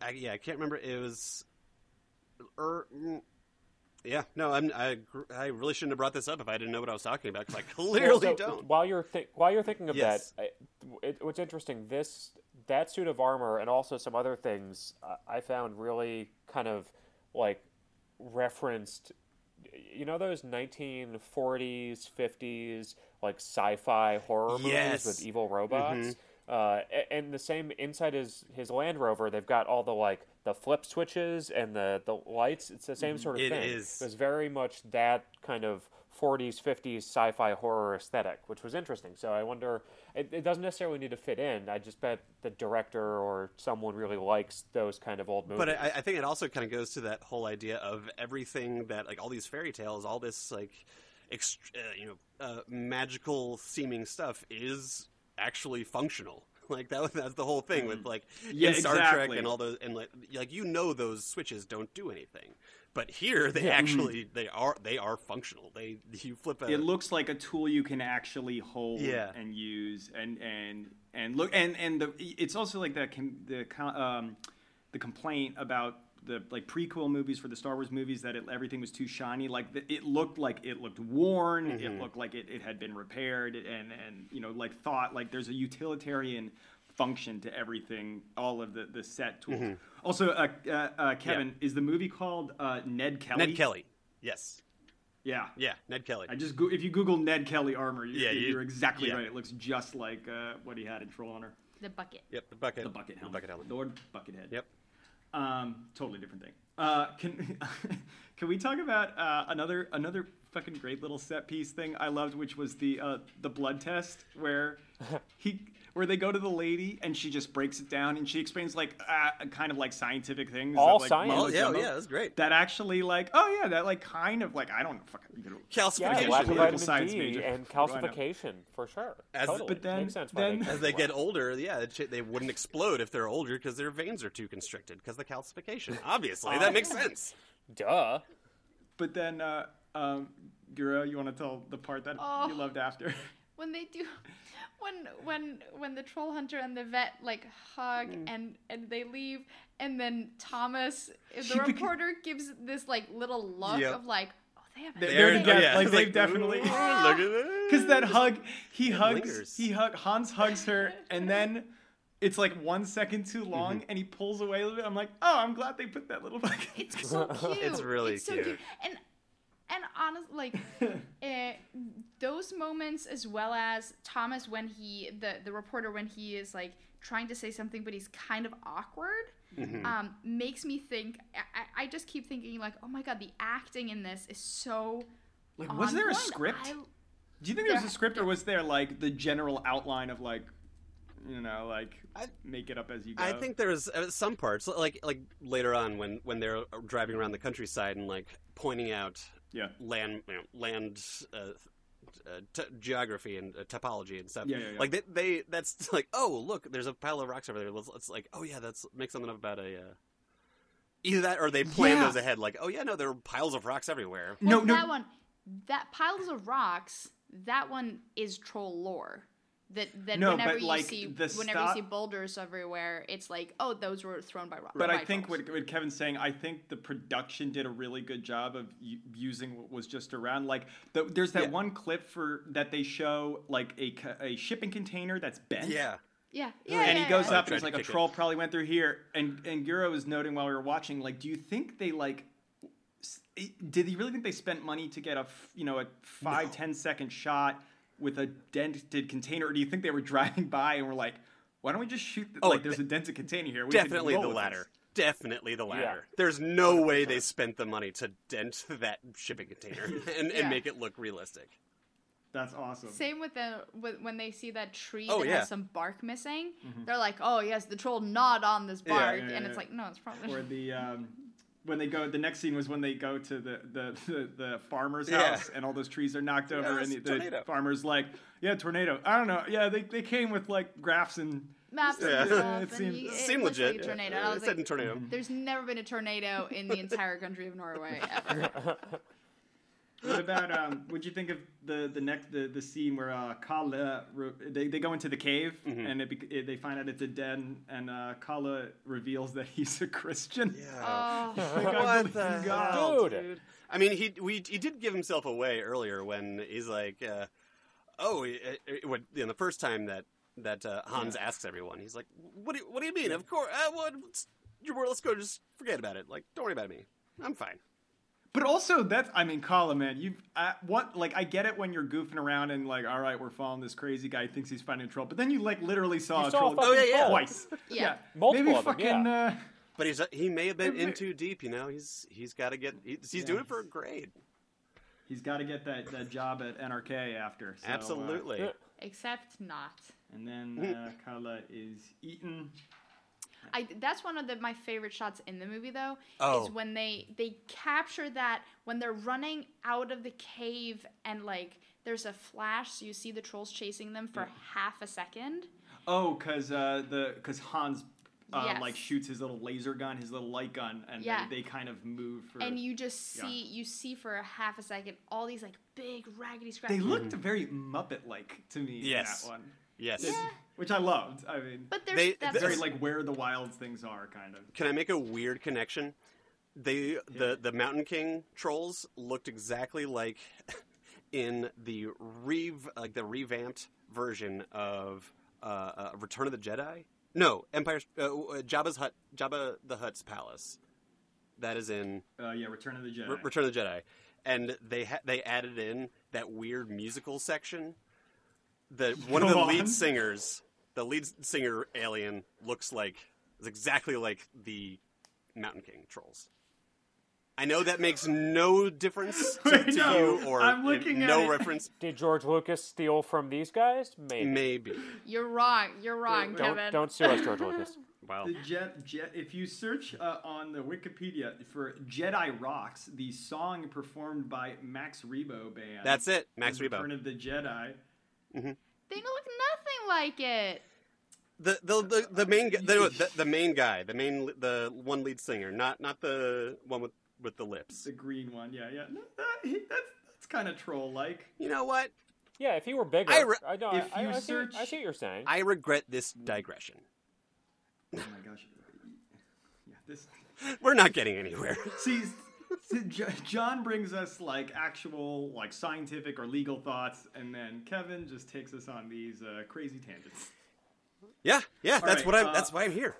S2: I, yeah, I can't remember. It was, er, mm, yeah, no, I'm, I, gr- I really shouldn't have brought this up if I didn't know what I was talking about because I
S4: Well,
S2: clearly
S4: so,
S2: don't.
S4: While you're thi- while you're thinking of
S2: Yes.
S4: that, I, it, what's interesting this that suit of armor and also some other things uh, I found really kind of like referenced. You know those 1940s, 50s like sci-fi horror
S2: Yes. Mm-hmm.
S4: movies with evil robots. Uh, a- and the same inside his his Land Rover, they've got all the like the flip switches and the the lights. It's the same sort of
S2: Mm-hmm. It
S4: thing.
S2: is.
S4: It was very much that kind of 40s, 50s sci-fi horror aesthetic, which was interesting. So I wonder, it, it doesn't necessarily need to fit in. I just bet the director or someone really likes those kind of old movies.
S2: But I, I think it also kind of goes to that whole idea of everything that, like, all these fairy tales, all this, like, ext- uh, you know, uh, magical seeming stuff is actually functional. Like that was that's the whole thing with like
S1: Mm. Yeah,
S2: in Star Trek
S1: exactly.
S2: and all those and like like you know those switches don't do anything, but here they
S4: Yeah.
S2: actually they are they are functional. They you flip a
S1: mm-hmm. it looks like a tool you can actually hold
S2: Uh, Yeah.
S1: and use and and and look and and the it's also like that com, the co- um the complaint about the like prequel movies for the Star Wars movies that it, everything was too shiny like the, it looked like it looked worn
S2: Mm-hmm.
S1: it looked like it, it had been repaired and and you know like thought like there's a utilitarian function to everything all of the the set tools
S2: Mm-hmm.
S1: also uh, uh, uh, Kevin is the movie called uh, Ned Kelly
S2: Ned Kelly. Yes.
S1: yeah
S2: Yeah, Ned Kelly.
S1: I just go, if you Google Ned Kelly armor, you,
S2: Yeah, you-
S1: you, are exactly
S2: yeah.
S1: right. It looks just like uh, what he had in Troll Hunter,
S3: The bucket.
S2: yep, the bucket.
S1: the bucket helmet,
S2: The bucket helmet.
S1: Lord Buckethead.
S2: Yep.
S1: Um, totally different thing. Uh, can can we talk about uh, another another fucking great little set piece thing I loved, which was the uh, the blood test where he where they go to the lady and she just breaks it down and she explains like uh, kind of like scientific things.
S4: All
S1: that, like,
S4: science.
S2: Oh
S4: Oh,
S2: yeah,
S1: mumbo-jumbo.
S2: yeah, that's great.
S1: That actually like oh yeah that like kind of like I don't know fucking you know,
S4: yeah,
S2: Calcification.
S4: lack of
S1: Political
S4: vitamin
S1: science
S4: D
S1: major.
S4: and
S1: What do I know?
S4: calcification for sure.
S2: As-
S4: totally.
S2: but
S1: then-
S4: Makes sense why
S1: then-
S4: they,
S2: As they get older, yeah, it should- they wouldn't explode if they're older because their veins are too constricted because the calcification. Obviously, that
S1: Ah.
S2: makes sense.
S4: duh.
S1: But then, uh, um, Gura, you want to tell the part that
S3: Oh.
S1: you loved after?
S3: When they do, when when when the troll hunter and the vet like hug
S1: Mm.
S3: and and they leave, and then Thomas, the
S1: beca-
S3: reporter, gives this like little look
S2: Yep.
S3: of like, oh, they have.
S1: They're-
S3: a
S1: they're
S3: thing."
S1: together.
S2: yeah,
S1: like,
S2: it's
S1: they've definitely-
S2: "Ooh, look at that.
S1: Because that hug, he hugs,
S2: lingers.
S1: he hug, Hans hugs her, and then it's like one second
S2: Mm-hmm.
S1: too long, and he pulls away a little bit. I'm like, oh, I'm glad they put that little back. in."
S3: It's so cute.
S2: It's really
S3: so
S2: cute.
S3: And and honest, like eh, those moments, as well as Thomas when he the the reporter when he is like trying to say something, but he's kind of awkward.
S1: Mm-hmm.
S3: Um, makes me think. I, I- I just keep thinking like, oh my god, the acting in this is so.
S1: Like, was
S3: on
S1: there a
S3: point.
S1: script?
S3: I-
S1: Do you think there was
S3: there-
S1: a script, or was there like the general outline of like, you know, like
S2: I-
S1: make it up as you go?
S2: I think there's uh, some parts, like like later on when when they're driving around the countryside and like pointing out
S1: Yeah.
S2: land you know, land uh, uh, t- geography and uh, topology and stuff.
S1: Yeah, yeah, yeah.
S2: Like they, they that's like oh look, there's a pile of rocks over there. Let's, let's like oh yeah, that's make something up about a. Uh... Either that or they plan
S1: Yeah.
S2: those ahead. Like oh yeah, no, there are piles of rocks everywhere.
S1: No,
S3: Well,
S1: no.
S3: that one, that piles of rocks. That one is troll lore. That that
S1: No,
S3: whenever
S1: but,
S3: you
S1: like,
S3: see
S1: the
S3: whenever you
S1: stop-
S3: see boulders everywhere, it's like oh those were thrown by rocks.
S1: But I think what, what Kevin's saying, I think the production did a really good job of u- using what was just around. Like, the, there's that
S2: Yeah.
S1: one clip for that they show like a, co- a shipping container that's bent.
S2: Yeah.
S3: yeah yeah
S1: And he
S3: yeah,
S1: goes
S3: yeah.
S1: up
S2: Tried
S1: and he's
S2: to
S1: like, a
S2: kick it.
S1: troll probably went through here. And and Giro was noting while we were watching, like, do you think they like, s- did he really think they spent money to get a f- you know a five ten second shot with a dented container, or do you think they were driving by and were like, why don't we just shoot? The,
S2: Oh,
S1: like, there's
S2: de-
S1: a dented container here. We can
S2: Definitely
S1: roll
S2: the
S1: with this."
S2: latter. Definitely the latter. There's no way they spent the money to dent that shipping container and,
S3: Yeah.
S2: and make it look realistic.
S1: That's awesome.
S3: Same with the with, when they see that tree
S2: Oh,
S3: that
S2: yeah.
S3: has some bark missing, they're like, "Oh yes, the troll gnawed on this
S2: Yeah,
S3: bark,"
S1: Mm-hmm. yeah,
S3: and
S1: yeah.
S3: it's like, "No, it's probably."
S1: or the um, when they go the next scene was when they go to the the, the, the farmer's
S2: Yeah.
S1: house and all those trees are knocked over
S2: it's
S1: and
S2: a
S1: the,
S2: tornado.
S1: the farmer's like yeah tornado i don't know yeah they, they came with like graphs and
S3: maps
S2: Yeah.
S3: and stuff.
S1: It
S3: and
S1: seemed-
S3: you-
S1: it
S3: it
S2: Seemed
S3: looks
S2: legit.
S3: Like a tornado.
S2: Yeah,
S3: And I
S2: it
S3: was
S2: said
S3: like,
S2: tornado.
S3: "There's never been a tornado in the entire country of Norway ever."
S1: what about um what'd you think of the the next the, the scene where uh kala re- they, they go into the cave
S2: Mm-hmm.
S1: and it, bec- it, they find out it's a den and uh kala reveals that he's a christian
S3: Oh,
S1: Like, I believe
S2: What the
S1: in
S4: hell, Dude.
S2: I mean, he we he did give himself away earlier when he's like, uh, "Oh, he- uh, when, you know, the first time that that uh, Hans asks everyone, he's like, what do, you- what do you mean? Of course, uh, what, you're more, let's go, just forget about it. Like, don't worry about me. I'm fine.'
S1: But also, that's I mean, Colin, man, you uh, what? Like, I get it when you're goofing around and like, all right, we're following this crazy guy who thinks he's finding a troll, but then you like literally saw
S4: You
S1: a
S4: saw a
S1: troll
S4: fucking
S2: Oh, yeah, yeah.
S1: twice.
S3: Yeah.
S4: Multiple
S1: Maybe
S4: of them,
S1: fucking. Uh,
S2: But he's he may have been
S1: It-
S2: in too deep. You know, he's he's got to get he's, he's
S1: Yeah,
S2: doing it for a
S1: he's-
S2: grade.
S1: he's got to get that, that job at NRK after. So, uh,
S2: Absolutely.
S4: Yeah.
S3: except not.
S1: and then uh, Kala is eaten.
S3: I, that's one of the, my favorite shots in the movie, though,
S2: Oh.
S3: is when they they capture that when they're running out of the cave and like there's a flash, so you see the trolls chasing them for half a second.
S1: Oh, cause uh, the cause Hans. Uh,
S3: Yes.
S1: Like shoots his little laser gun, his little light gun, and
S3: Yeah.
S1: they, they kind of move. For,
S3: and you just
S1: Yeah.
S3: see you see for a half a second all these like big raggedy
S1: they
S3: scratches.
S1: looked very Muppet-like to me.
S2: Yes.
S1: in that one,
S2: Yes.
S3: Yeah.
S1: which I loved. I mean,
S3: but there's
S2: They-
S3: that's
S2: Yes.
S1: very
S3: just-
S1: like where the wild things are kind of
S2: Can I make a weird connection? They the the Mountain King trolls looked exactly like in the re like the revamped version of uh, uh, Return of the Jedi. No, Empire uh, uh, Jabba's hut, Jabba the Hutt's palace. That is in
S1: uh, yeah return of the jedi
S2: Re- Return of the Jedi, and they ha- they added in that weird musical section. The one of
S1: Go
S2: the
S1: on.
S2: lead singers, the lead singer alien, looks like is exactly like the Mountain King trolls. I know that makes no difference to,
S1: Wait,
S2: to
S1: no,
S2: you, or
S1: I'm
S2: it-
S1: looking at
S2: no
S1: it.
S2: reference.
S4: Did George Lucas steal from these guys? Maybe.
S2: Maybe.
S3: you're wrong. You're wrong,
S1: wait.
S3: Kevin.
S4: Don't, don't sue us, George Lucas.
S2: Wow.
S1: the jet, jet if you search uh, on the wikipedia for jedi rocks the song performed by max rebo band
S2: That's it, Max
S1: is return
S2: Rebo.
S1: of the jedi
S3: They look nothing like it.
S2: The the, the, the main gu- the, the, the main guy, the main li- the one lead singer, not not the one with with the lips.
S1: the green one yeah yeah No, that- he- that's, that's kind of troll like
S2: You know what?
S4: Yeah, if he were bigger,
S2: I re-
S4: I know.
S1: If
S4: I,
S1: you
S4: I, I,
S1: search-
S4: see, I see what you're saying.
S2: I regret this digression.
S1: oh my gosh yeah this
S2: We're not getting anywhere.
S1: see s- s- Jo- John brings us like actual, like scientific or legal thoughts, and then Kevin just takes us on these uh, crazy tangents.
S2: Yeah, yeah, that's
S1: right,
S2: what I'm.
S1: uh,
S2: that's why I'm here.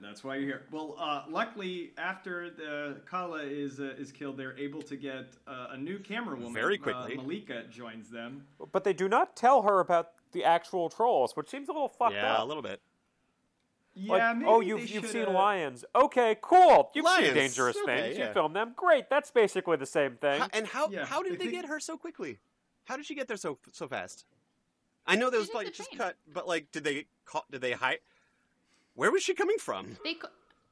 S1: That's why you're here. Well, uh, luckily, after the Kala is uh, is killed, they're able to get uh, a new camera woman.
S2: Very
S1: Uh,
S2: quickly.
S1: Malika joins them.
S4: But they do not tell her about the actual trolls, which seems a little fucked
S2: Yeah,
S4: up.
S2: a little bit.
S1: Yeah,
S4: Like,
S1: maybe
S4: oh,
S1: they
S4: you've, you've
S1: shoulda-
S4: seen lions. Okay, cool. You've
S2: Lions,
S4: seen dangerous
S2: okay,
S4: things.
S2: yeah.
S4: You filmed them. Great. That's basically the same thing.
S2: How, and how
S1: Yeah,
S2: how did
S1: I
S2: they
S1: think-
S2: get her so quickly? How did she get there so so fast? I know there was
S3: took the
S2: like just
S3: train.
S2: cut, but like, did they caught? Did they hide? Where was she coming from?
S3: They co-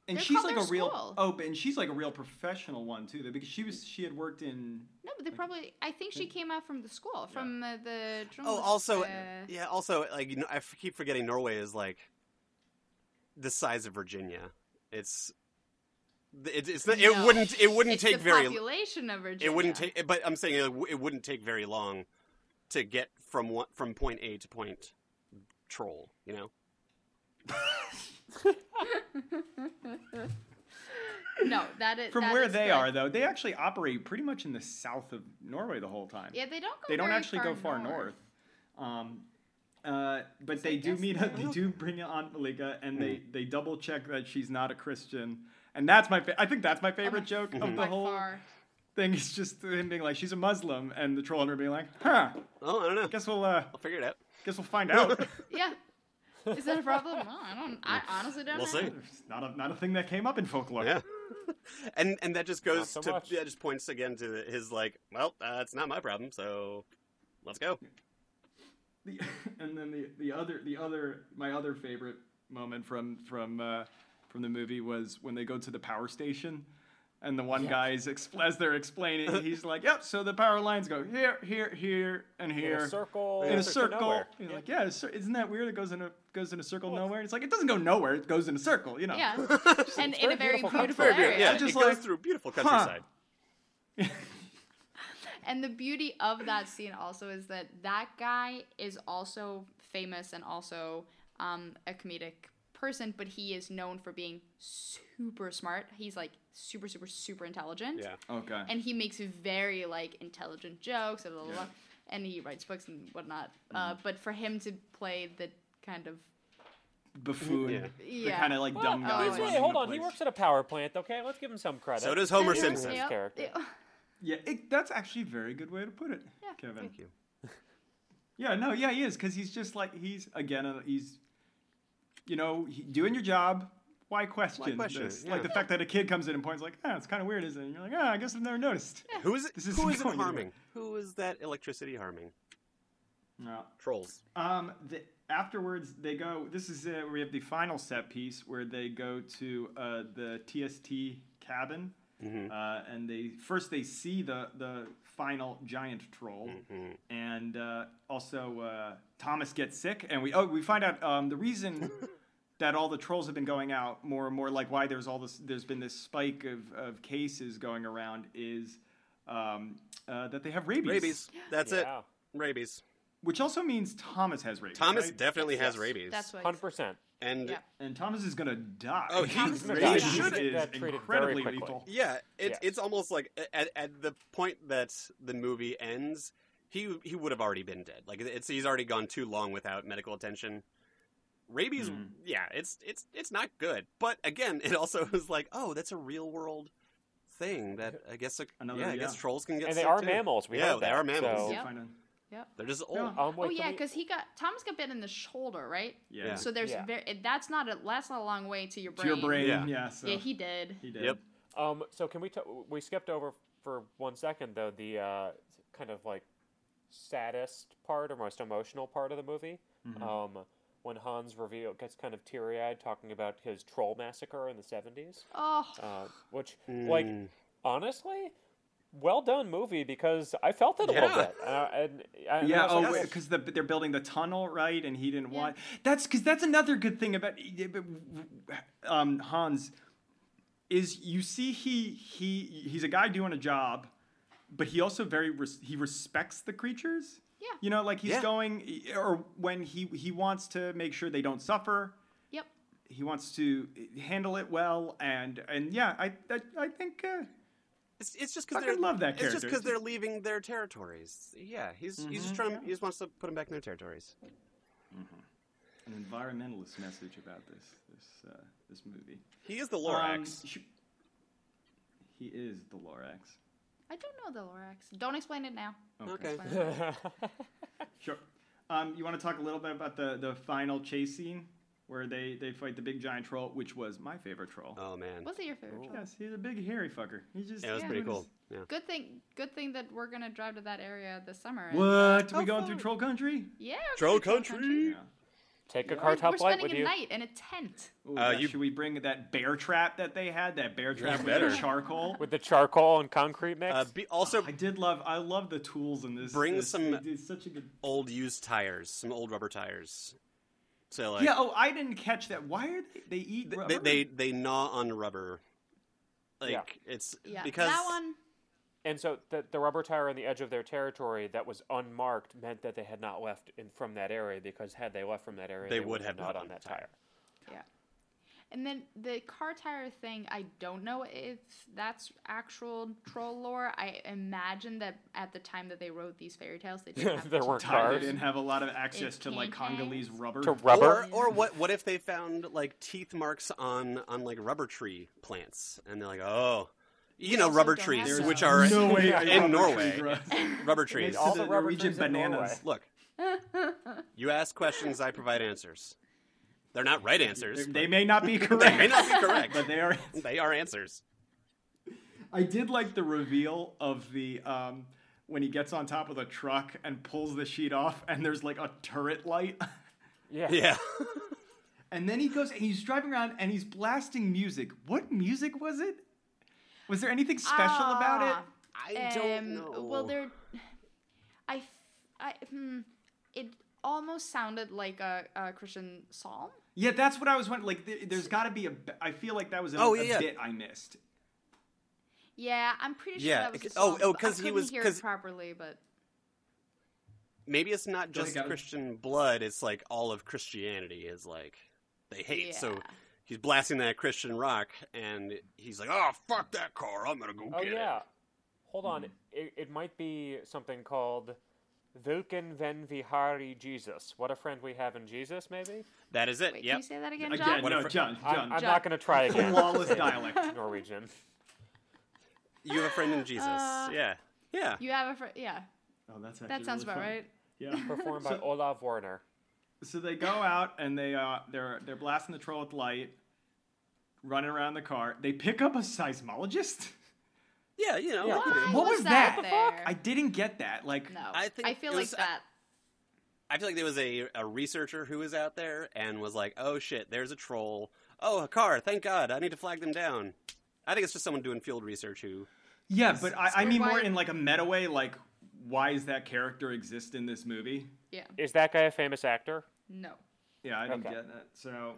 S1: And
S3: They're
S1: she's
S3: called
S1: like a
S3: their
S1: real
S3: school.
S1: oh, but and she's like a real professional one too, though, because she was she had worked in
S3: no, but they probably. I think she came out from the school from uh, the.
S2: Oh,
S3: journalist,
S2: also,
S3: uh,
S2: yeah, also, like, you know, I f- keep forgetting Norway is like the size of Virginia. It's it, it's not- it
S3: No.
S2: wouldn't it wouldn't
S3: it's
S2: take
S3: the
S2: very
S3: population of Virginia.
S2: It wouldn't take, but I'm saying it, w- it wouldn't take very long to get from one, from point A to point troll, you know?
S3: No, that is
S1: From
S3: that
S1: where
S3: is
S1: they
S3: good.
S1: are, though, they actually operate pretty much in the south of Norway the whole time.
S3: Yeah, they don't go.
S1: they don't
S3: very
S1: actually go far north. Um, uh, but
S3: I
S1: they do
S3: guess
S1: meet up. They do bring on Malika, and they they double check that she's not a Christian. And that's my. Fa- I think that's Oh my favorite joke of the
S3: By
S1: whole
S3: far.
S1: thing. Is just him being like, "She's a Muslim," and the troll and her being like, "Huh?
S2: Oh, I don't know.
S1: Guess we'll uh,
S2: I'll figure it out.
S1: guess we'll find out."
S3: Yeah. Is that a problem? Well, I don't. I honestly don't
S2: We'll
S3: know.
S2: see.
S1: It's not a not a thing that came up in folklore.
S2: Yeah. And and that just goes
S4: so
S2: to
S4: much.
S2: yeah, just points again to his like, well, uh, it's not my problem, so let's go.
S1: The, and then the, the other the other my other favorite moment from from uh, from the movie was when they go to the power station, and the one guy's expl- as they're explaining, he's like, "Yep, so the power lines go here, here, here, and
S4: in
S1: here."
S4: a circle.
S1: In a
S4: to
S1: circle,
S4: nowhere.
S1: you're like, yeah, it's- isn't that weird? It goes in a goes in a circle nowhere. And it's like it doesn't go nowhere; it goes in a circle, you know.
S3: Yeah. and in
S4: very
S3: a very
S4: beautiful
S3: beautiful,
S4: country.
S2: Very
S3: area.
S2: beautiful. Yeah,
S1: I'm just
S2: it goes
S1: like,
S2: through beautiful countryside.
S3: And the beauty of that scene also is that that guy is also famous and also um, a comedic person, but he is known for being super smart. He's like super, super, super intelligent.
S2: Yeah.
S1: Okay.
S3: And he makes very like intelligent jokes and blah, blah,
S1: Yeah. Mm-hmm.
S3: blah. And he writes books and whatnot. Uh, but for him to play the kind of
S1: Buffoon.
S2: Yeah.
S1: The
S3: Yeah.
S1: kind of like dumb
S4: Well,
S1: guy.
S4: he's-
S1: running
S4: hey, hold
S1: the
S4: on. He
S1: place.
S4: works at a power plant. Okay, let's give him some credit.
S2: So does Homer
S4: Yeah.
S2: Simpson.
S4: Yeah. character.
S1: Yeah, it, that's actually a very good way to put it,
S3: Yeah,
S1: Kevin.
S2: Thank you.
S1: Yeah, no, yeah, he is because he's just like he's again, uh, he's you know he, doing your job. Why question,
S2: question
S1: this?
S2: it?
S1: Like
S2: Yeah.
S1: the fact that a kid comes in and points like, ah, it's kind of weird, isn't it? And you're like, ah, I guess I've never noticed.
S2: Who is it?
S1: This isn't
S2: who is it
S1: going
S2: harming?
S1: anywhere.
S2: Who is that electricity harming?
S1: No.
S2: Trolls.
S1: Um, the, afterwards they go. This is uh, where we have the final set piece where they go to uh, the TST cabin,
S2: Mm-hmm.
S1: uh, and they first they see the the final giant troll,
S2: Mm-hmm.
S1: and uh, also uh, Thomas gets sick, and we oh we find out um, the reason. That all the trolls have been going out more and more, like why there's all this, there's been this spike of, of cases going around is um, uh, that they have rabies,
S2: Rabies. That's
S4: Yeah.
S2: it. Rabies.
S1: which also means Thomas has rabies.
S2: Thomas
S1: right?
S2: definitely has rabies.
S3: That's what.
S4: Hundred percent.
S2: and
S3: Yeah.
S1: And Thomas is gonna die.
S2: Oh, he- Thomas
S4: is
S1: Rabies
S4: gonna
S2: die. He should
S1: is
S4: get treated very
S1: incredibly
S4: quickly.
S1: lethal.
S2: Yeah, it's
S4: Yes.
S2: it's almost like a- at, at the point that the movie ends, he he would have already been dead. Like it's he's already gone too long without medical attention. Rabies, yeah, it's it's it's not good. But again, it also is like, oh, that's a real world thing that I guess like,
S1: Another-
S2: yeah, I guess
S1: yeah.
S2: trolls can get
S4: And they
S2: sick,
S4: are
S2: too.
S4: mammals. We
S2: yeah,
S4: heard
S2: they
S4: that,
S2: are mammals.
S4: so-
S3: Yep.
S1: Find a-
S3: Yep.
S2: They're just old.
S1: Yeah.
S4: Um, wait,
S3: Oh
S4: can
S3: yeah,
S4: we-
S3: because he got Thomas got bit in the shoulder, right?
S1: Yeah.
S2: Yeah.
S3: So there's
S4: Yeah.
S3: very that's not a that's not a long way to your
S1: to
S3: brain.
S1: your brain. Yeah.
S2: Yeah.
S1: Yeah. So
S3: Yeah, he did.
S1: he did.
S2: Yep.
S4: Um, so can we t- we skipped over for one second though the uh, kind of like saddest part or most emotional part of the movie
S2: Mm-hmm.
S1: Mm-hmm.
S4: um, when Hans reveal gets kind of teary eyed talking about his troll massacre in the seventies,
S3: Oh,
S4: uh, which
S2: Hmm.
S4: like
S2: Mm.
S4: honestly. Well done, movie, because I felt it a little
S2: Yeah.
S4: bit. Uh, and, and I
S1: Yeah,
S4: was like,
S1: oh,
S4: "Oh,
S1: because the, they're building the tunnel, right? And he didn't
S3: Yeah.
S1: want. That's because that's another good thing about um, Hans is you see he he he's a guy doing a job, but he also very res- he respects the creatures.
S3: Yeah.
S1: You know, like he's
S2: Yeah.
S1: going or when he he wants to make sure they don't suffer.
S3: yep.
S1: he wants to handle it well and and yeah i i, I think uh,
S2: It's, it's just because
S1: Fucking love that
S2: It's just
S1: character.
S2: because they're leaving their territories. Yeah, he's he's just trying. To, He just wants to put them back in their territories.
S1: an environmentalist message about this this uh, this movie
S2: He is the Lorax.
S1: Um, sh- he is the lorax
S3: I don't know the Lorax. Don't explain it now.
S2: okay.
S1: sure um, you want to talk a little bit about the the final chase scene where they they fight the big giant troll which was my favorite troll
S2: Oh man.
S3: Was it your favorite? troll?
S1: yes he's a big hairy fucker he just
S2: Yeah, it was
S3: Yeah.
S2: pretty
S1: he
S2: cool.
S1: was-
S2: Yeah.
S3: Good thing. Good thing that we're gonna drive to that area this summer. and-
S1: what we
S2: Oh,
S1: going
S2: fun.
S1: through troll country
S3: Yeah. we're
S2: Troll
S3: going to
S2: country.
S1: yeah
S4: Take a
S3: We're,
S4: car
S3: we're
S4: top light
S3: spending
S4: with
S3: a
S4: you.
S3: night in a tent.
S1: Ooh,
S2: Uh,
S1: yeah,
S2: you-
S1: should we bring that bear trap that they had that bear trap with
S2: better.
S1: the charcoal
S4: With the charcoal and concrete mix.
S2: Uh, be, also,
S1: I did love. I love the tools in this.
S2: Bring
S1: this-
S2: some-
S1: they did such a good.
S2: old used tires, some old rubber tires. So like,
S1: yeah. Oh, I didn't catch that. Why are they? They eat.
S3: oh,
S2: they,
S1: Rubber?
S2: they they gnaw on rubber. Like
S4: Yeah.
S2: it's
S3: Yeah.
S2: because
S3: that one.
S4: and so the, the rubber tire on the edge of their territory that was unmarked meant that they had not left in, from that area because had they left from that area,
S2: They would have not
S4: not on
S2: owned
S4: that
S2: the tire.
S4: tire.
S3: Yeah. And then the car tire thing, I don't know if that's actual troll lore. I imagine that at the time that they wrote these fairy tales, they didn't have
S4: There
S3: much
S4: weren't
S3: time.
S1: Tyler
S4: Cars.
S1: didn't have a lot of access
S3: It
S1: to like
S3: can't
S1: Congolese
S3: hang.
S1: rubber.
S4: To rubber,
S2: Or, or what? What if they found like teeth marks on on like rubber tree plants, and they're like, oh, you know,
S3: also
S2: rubber
S3: don't have
S2: trees,
S3: There's
S2: which are
S1: no way a
S2: in
S1: rubber
S2: Norway,
S1: tree grows.
S2: rubber trees.
S1: Next
S4: all
S1: to
S4: the
S1: the
S4: rubber
S1: Norwegian
S4: trees in Norway.
S1: bananas.
S2: Look, you ask questions, I provide answers. They're not right answers.
S1: They
S2: but
S1: may not be
S2: they may
S1: correct,
S2: not be correct,
S1: but
S2: but
S1: they are.
S2: they are answers.
S1: I did like the reveal of the um, when he gets on top of the truck and pulls the sheet off, and there's like a turret light.
S4: yeah.
S2: Yeah.
S1: And then he goes and he's driving around and he's blasting music. What music was it? Was there anything special about
S3: Ah.
S2: I
S3: Um, Well, there, I, f- I, hmm, it almost sounded like a, a Christian psalm.
S1: it? Yeah, that's what I was wondering. Like, there, there's got to be a. b- I feel like that was a,
S2: Oh,
S1: a
S2: yeah, yeah.
S1: bit I missed.
S3: Yeah, I'm pretty sure
S2: Yeah,
S3: that was a
S2: it- oh,
S3: psalm,
S2: oh,
S3: but I
S2: 'cause he
S3: couldn't
S2: was-
S3: hear
S2: 'cause-
S3: it properly, but
S2: Maybe it's not
S1: Don't
S2: just
S1: think I-
S2: Christian blood. It's like all of Christianity is like they hate. So
S3: Yeah.
S2: he's blasting that Christian rock, and he's like, "Oh fuck that car! I'm gonna go
S4: Oh
S2: get it."
S4: yeah. Hold on.
S2: Hmm.
S4: It, it might be something called Vilken Ven Vihari Jesus. What a friend we have in Jesus, maybe?
S2: That is it.
S3: wait,
S2: yep.
S3: can you say that again, John?
S1: Again,
S2: What
S1: no,
S2: if-
S1: John,
S4: I,
S1: John,
S4: I'm not going to try again.
S1: flawless
S4: Say
S1: dialect.
S4: Norwegian.
S2: You have a friend in Jesus.
S3: Uh.
S2: yeah. Yeah.
S3: You have a fr- yeah.
S1: Oh, that's actually
S3: That sounds
S1: really
S3: about
S1: funny.
S3: right.
S1: Yeah.
S4: Performed by
S1: So-
S4: Olav Warner.
S1: so they go out and they uh, they're they're blasting the troll with light, running around the car. They pick up a seismologist.
S2: yeah, you know.
S4: Yeah.
S2: like you do.
S3: Why
S1: What
S3: was,
S1: was
S3: that?
S1: that?
S3: there?
S1: I didn't get that. Like,
S3: no,
S2: I
S3: I,
S2: think
S3: feel
S2: it
S3: like
S2: was-
S3: that.
S2: I feel like there was a, a researcher who was out there and was like, oh shit, there's a troll. Oh, a car. Thank God. I need to flag them down. I think it's just someone doing field research who.
S1: yeah, but I, I mean more
S3: why-
S1: in like a meta way. Like, why does that character exist in this movie?
S3: Yeah,
S4: Is that guy a famous actor?
S3: no.
S1: Yeah, I didn't
S4: Okay.
S1: get that. So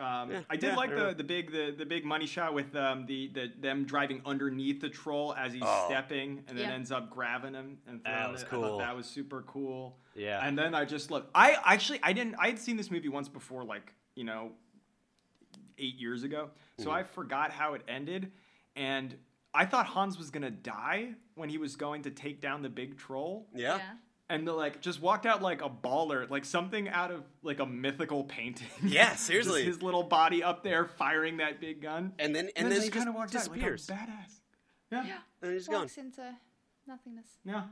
S1: um,
S2: Yeah,
S1: I did
S2: yeah,
S1: like
S2: I
S1: the,
S2: don't-
S1: the big the, the big money shot with um, the, the them driving underneath the troll as he's
S2: Oh.
S1: stepping and then
S3: Yeah.
S1: ends up grabbing him and
S2: That
S1: throwing
S2: was
S1: it. I
S2: cool.
S1: thought that was super cool.
S2: Yeah.
S1: And then I just look. I actually I didn't I had seen this movie once before, like you know, eight years ago. So
S2: Mm-hmm.
S1: I forgot how it ended, and I thought Hans was gonna die when he was going to take down the big troll
S2: Yeah.
S1: and the, like just walked out like a baller, like something out of like a mythical painting.
S2: Yeah,
S1: Just
S2: seriously.
S1: his little body up there firing that big gun,
S2: And then and, then, he
S1: kind of
S2: just
S1: walked out like a
S2: disappears.
S1: badass. Yeah, yeah,
S2: and he's gone.
S3: Walks into nothingness.
S1: yeah.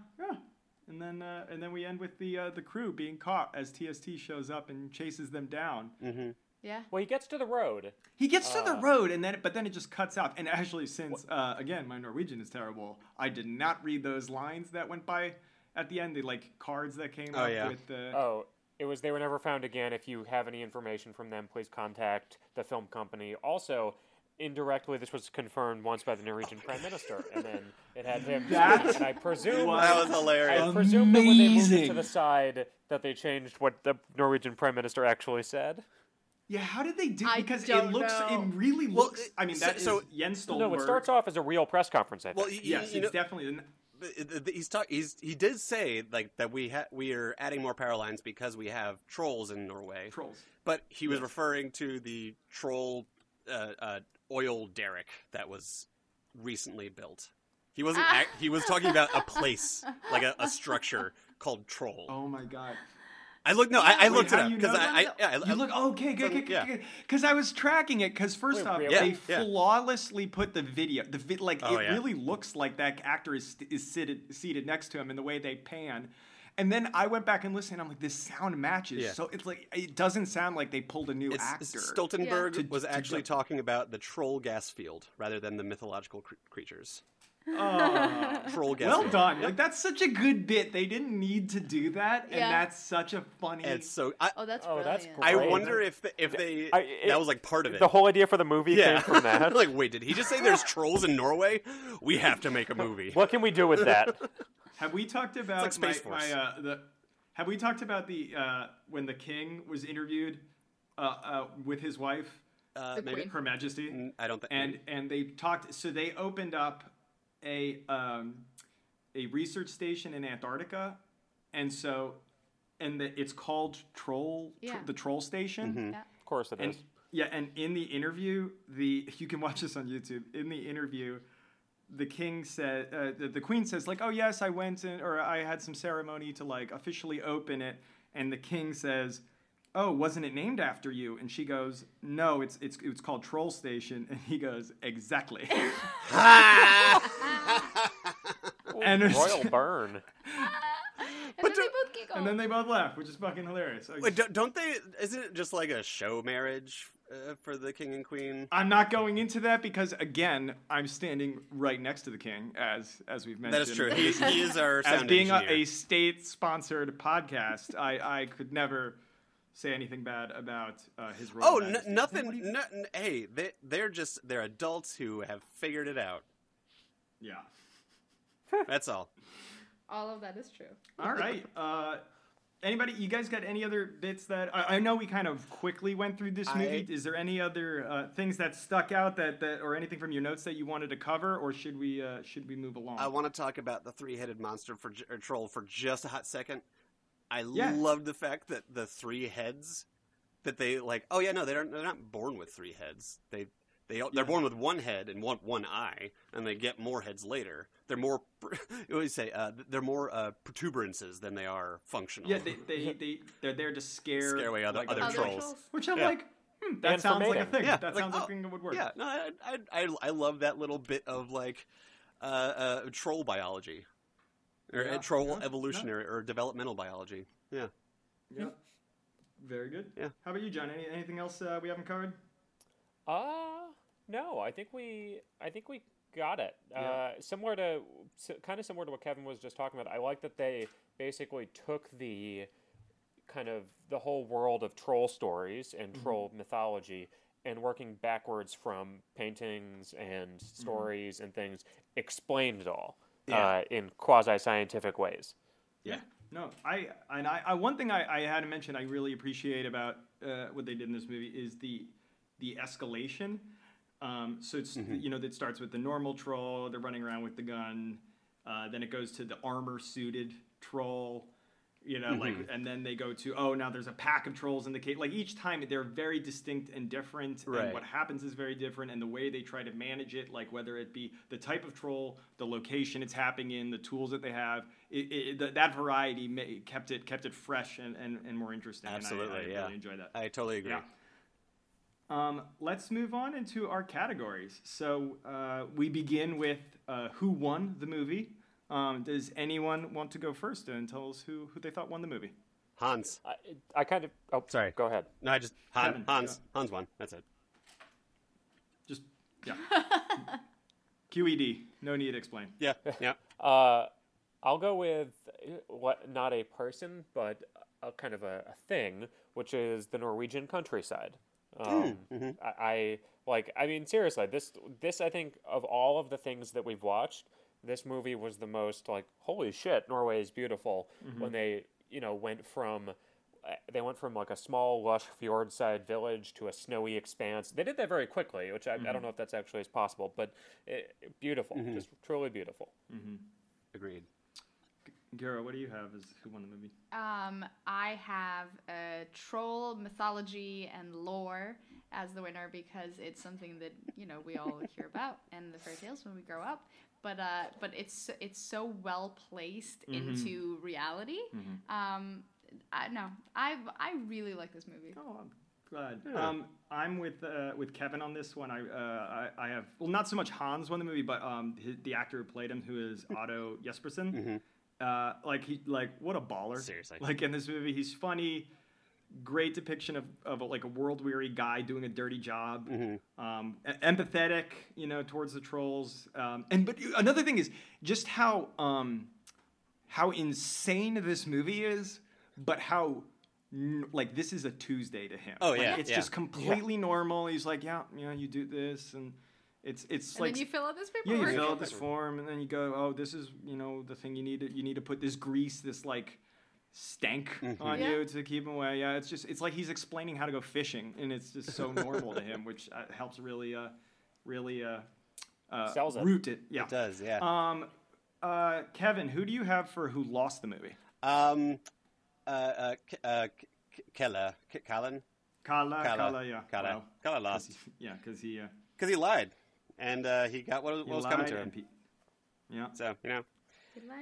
S1: And then uh, and then we end with the uh, the crew being caught as TST shows up and chases them down.
S2: Mm-hmm.
S3: Yeah.
S4: Well, he gets to the road.
S1: He gets
S2: Uh.
S1: to the road and then but then it just cuts off. And actually, since uh, again my Norwegian is terrible, I did not read those lines that went by at the end. The like cards that came
S2: Oh,
S1: up
S2: yeah.
S1: with the
S4: Oh, it was They Were Never Found Again. If you have any information from them, please contact the film company. Also, indirectly, this was confirmed once by the Norwegian Prime Minister, and then it had him.
S1: That
S4: and I presume
S2: That
S1: was
S2: was hilarious.
S4: I presume that when they moved it to
S1: Amazing.
S4: the side, that they changed what the Norwegian Prime Minister actually said.
S1: Yeah, how did they do?
S3: I
S1: Because it
S3: don't
S1: looks,
S3: know.
S1: it really
S2: Well,
S1: looks.
S2: it-
S1: I mean,
S2: so-
S1: that is
S2: so-
S1: Jens Stoltenberg.
S4: No, it starts off as a real press conference. I think.
S2: Well, you,
S1: Yes,
S2: you know,
S1: it's definitely. an-
S2: th- th- he's talk, he's he did say like that we ha- we are adding more power lines because we have trolls in Norway.
S1: Trolls.
S2: But he was referring to the troll uh, uh, oil derrick that was recently built. He wasn't. ac he was talking about a place, like a, a structure called Troll.
S1: Oh my god!
S2: I looked. No, I, I
S1: Wait,
S2: looked it
S1: how
S2: up
S1: do you
S2: because
S1: know
S2: I, I,
S1: that?
S2: yeah, I,
S1: you look oh, okay, good,
S2: from-
S1: good,
S2: yeah.
S1: good, Because I was tracking it. Because first
S4: Wait,
S1: off,
S4: really?
S1: they
S2: Yeah.
S1: flawlessly put the video. The vid, like
S2: Oh,
S1: it
S2: yeah.
S1: really looks like that actor is is seated seated next to him, and the way they pan. And then I went back and listened. And I'm like, this sound matches.
S2: Yeah.
S1: So it's like it doesn't sound like they pulled a new
S2: it's,
S1: actor.
S2: Stoltenberg
S1: Yeah. To-
S2: was
S1: to
S2: actually
S1: ju-
S2: talking about the troll gas field rather than the mythological cr- creatures.
S1: Oh.
S4: Ah.
S2: Troll gas.
S1: Well
S2: field.
S1: done. Like that's such a good bit. They didn't need to do that, and
S3: Yeah.
S1: that's such a funny.
S2: It's so. I,
S3: Oh, that's
S4: Oh,
S3: brilliant.
S4: that's
S2: I
S4: Great.
S2: wonder if the, if they
S4: I- it-
S2: that was like part of it.
S4: the whole idea for the movie
S2: yeah.
S4: came from that.
S2: like, wait, did he just say there's trolls in Norway? We have to make a movie.
S4: what can we do with that?
S1: have we talked about
S2: like Space
S1: my,
S2: Force.
S1: my, uh, the? Have we talked about the uh, when the king was interviewed uh, uh, with his wife,
S2: Uh,
S3: The
S2: maybe
S3: Queen.
S2: Mm-hmm.
S1: Her Majesty,
S2: Mm, I don't think.
S1: and and they talked. So they opened up a um, a research station in Antarctica, and so and the, it's called Troll tr-
S3: Yeah.
S1: the Troll Station.
S2: Mm-hmm.
S3: Yeah.
S4: Of course it is.
S1: And yeah, and in the interview, the you can watch this on YouTube. In the interview, the king said, uh, the, the queen says, like, oh yes, I went in, or I had some ceremony to like officially open it, and the king says, oh, wasn't it named after you? And she goes, no, it's it's it's called Troll Station, and he goes, exactly. and it's-
S4: Royal burn.
S3: And
S2: But
S3: then they
S2: do-
S3: both giggle.
S1: and then they both laugh, which is fucking hilarious. I
S2: Wait, don't, don't they? Isn't it just like a show marriage uh, for the king and queen?
S1: I'm not going into that because again, I'm standing right next to the king, as as we've mentioned.
S2: That is true. He, he is our
S1: as
S2: sound
S1: being a,
S2: engineer.
S1: a state-sponsored podcast, I, I could never say anything bad about uh, his role.
S2: Oh,
S1: in
S2: n-
S1: that.
S2: nothing. nothing hey, they, they're just they're adults who have figured it out.
S1: yeah.
S2: That's all.
S3: All of that is true.
S1: All right. Uh, anybody? You guys got any other bits that I, I know we kind of quickly went through this
S2: I-
S1: movie? Is there any other uh, things that stuck out that, that or anything from your notes that you wanted to cover, or should we uh, should we move along?
S2: I want to talk about the three-headed monster for ju- or troll for just a hot second. I
S1: Yeah.
S2: love the fact that the three heads that they like. Oh yeah, no, they don't. They're not born with three heads. They they they're born with one head and one one eye, and they get more heads later. They're more. What do you say? Uh, they're more uh, protuberances than they are functional.
S1: yeah, they they they they're there to scare
S2: Scare away other-
S1: like,
S2: other
S3: Other
S2: trolls.
S1: Which I'm
S2: Yeah.
S1: like, hmm, that
S4: And for
S1: sounds like a
S4: mating.
S1: thing.
S2: Yeah,
S1: that
S2: like,
S1: sounds
S2: oh,
S1: like a would work.
S2: Yeah, no, I, I, I, I love that little bit of like uh, uh, troll biology or uh,
S1: Yeah,
S2: troll
S1: yeah, yeah.
S2: evolutionary or developmental biology. Yeah.
S1: Yeah. Very good.
S2: Yeah.
S1: How about you, John? Any, anything else uh, we haven't covered?
S4: Uh no, I think we I think we got it. Uh, similar to si kind of similar to what Kevin was just talking about. I like that they basically took the kind of the whole world of troll stories and
S1: Mm-hmm.
S4: troll mythology and working backwards from paintings and
S1: Mm-hmm.
S4: stories and things explained it all uh,
S2: Yeah.
S4: in quasi scientific ways.
S2: Yeah.
S1: No, I and I, I one thing I, I had to mention I really appreciate about uh, what they did in this movie is the the escalation. Um, so it's you know that starts with the normal troll, they're running around with the gun, uh, then it goes to the armor suited troll, you know, like and then they go to oh now there's a pack of trolls in the cave. Like each time they're very distinct and different,
S2: Right.
S1: and what happens is very different, and the way they try to manage it, like whether it be the type of troll, the location it's happening in, the tools that they have, it, it, th- that variety ma- kept it kept it fresh and, and, and more interesting. and I-
S2: Absolutely,
S1: I,
S2: yeah.
S1: really enjoy that.
S2: I totally agree.
S1: Yeah. Um, let's move on into our categories. So uh, we begin with uh, who won the movie. Um, does anyone want to go first and tell us who, who they thought won the movie?
S2: Hans.
S4: I, I kind of oh
S2: Sorry.
S4: go ahead.
S2: No, I just Han,
S1: Kevin,
S2: Hans. Hans won. That's it.
S1: Just yeah. QED. No need to explain.
S2: Yeah. Yeah.
S4: Uh, I'll go with uh, what not a person, but a kind of a, a thing, which is the Norwegian countryside.
S2: Oh. Hmm.
S4: Um,
S1: Hmm.
S2: Mm-hmm.
S4: I, I like. I mean, seriously, this this I think of all of the things that we've watched, this movie was the most like, holy shit, Norway is beautiful. When they you know went from uh, they went from like a small lush fjordside village to a snowy expanse. They did that very quickly, which I, I don't know if that's actually is possible, but it, beautiful, just truly beautiful.
S1: Mm-hmm.
S2: Agreed.
S1: Gero, what do you have as who won the movie?
S3: Um, I have a troll mythology and lore as the winner because it's something that you know we all hear about and the fairy tales when we grow up. But uh, but it's it's so well placed
S2: Mm-hmm.
S3: into reality. Um, I no, I I really like this movie.
S1: Oh, I'm glad. Um, I'm with uh, with Kevin on this one. I, uh, I I have well, not so much Hans won the movie, but um, hi the actor who played him, who is Otto Jespersen. Uh, like he like what a baller.
S2: Seriously.
S1: Like in this movie, he's funny. Great depiction of, of a, like a world weary guy doing a dirty job,
S2: Mm-hmm.
S1: um, e- empathetic, you know, towards the trolls. Um, and but another thing is just how um, how insane this movie is, but how n- like this is a Tuesday to him.
S2: Oh,
S1: Like,
S2: yeah,
S1: it's
S2: yeah.
S1: just completely normal. He's like, yeah, you know, you do this, and it's it's
S3: And
S1: like
S3: then you fill out this
S1: yeah, you
S3: paperwork.
S1: fill out this form, and then you go, oh, this is you know the thing you need to you need to put this grease, this like stank
S2: Mm-hmm.
S1: on
S3: Yeah.
S1: you to keep him away. Yeah, it's just it's like he's explaining how to go fishing, and it's just so normal to him, which uh, helps really uh really uh. uh,
S4: Sells it.
S1: root it. Yeah.
S2: It does, yeah.
S1: Um, uh, Kevin, who do you have for who lost the movie?
S2: Um, uh, uh, K- uh, K- K- Keller, K- Callan,
S1: Kala, Kala,
S2: Kala,
S1: yeah,
S2: Kala,
S1: Wow.
S2: Kala lost
S1: yeah, because he, uh,
S2: because he lied, and uh, he got what,
S1: he
S2: what was
S1: lied
S2: coming to him.
S1: and pe- yeah,
S2: so you know,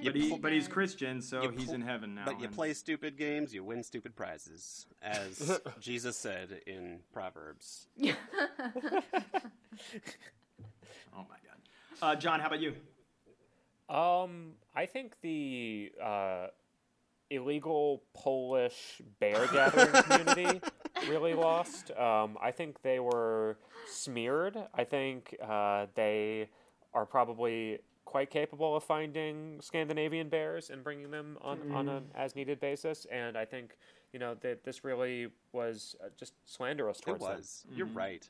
S1: but he, but he's Christian, so
S2: You
S1: he's
S2: pl-
S1: in heaven now.
S2: but you
S1: and-
S2: play stupid games, you win stupid prizes, as Jesus said in Proverbs.
S1: Oh my God, uh, John, how about you?
S4: Um, I think the uh, illegal Polish bear gathering community really lost. Um, I think they were smeared. I think uh, they are probably quite capable of finding Scandinavian bears and bringing them on, on an as needed basis. And I think you know that this really was uh, just slanderous
S2: It
S4: towards them.
S2: was. You're right.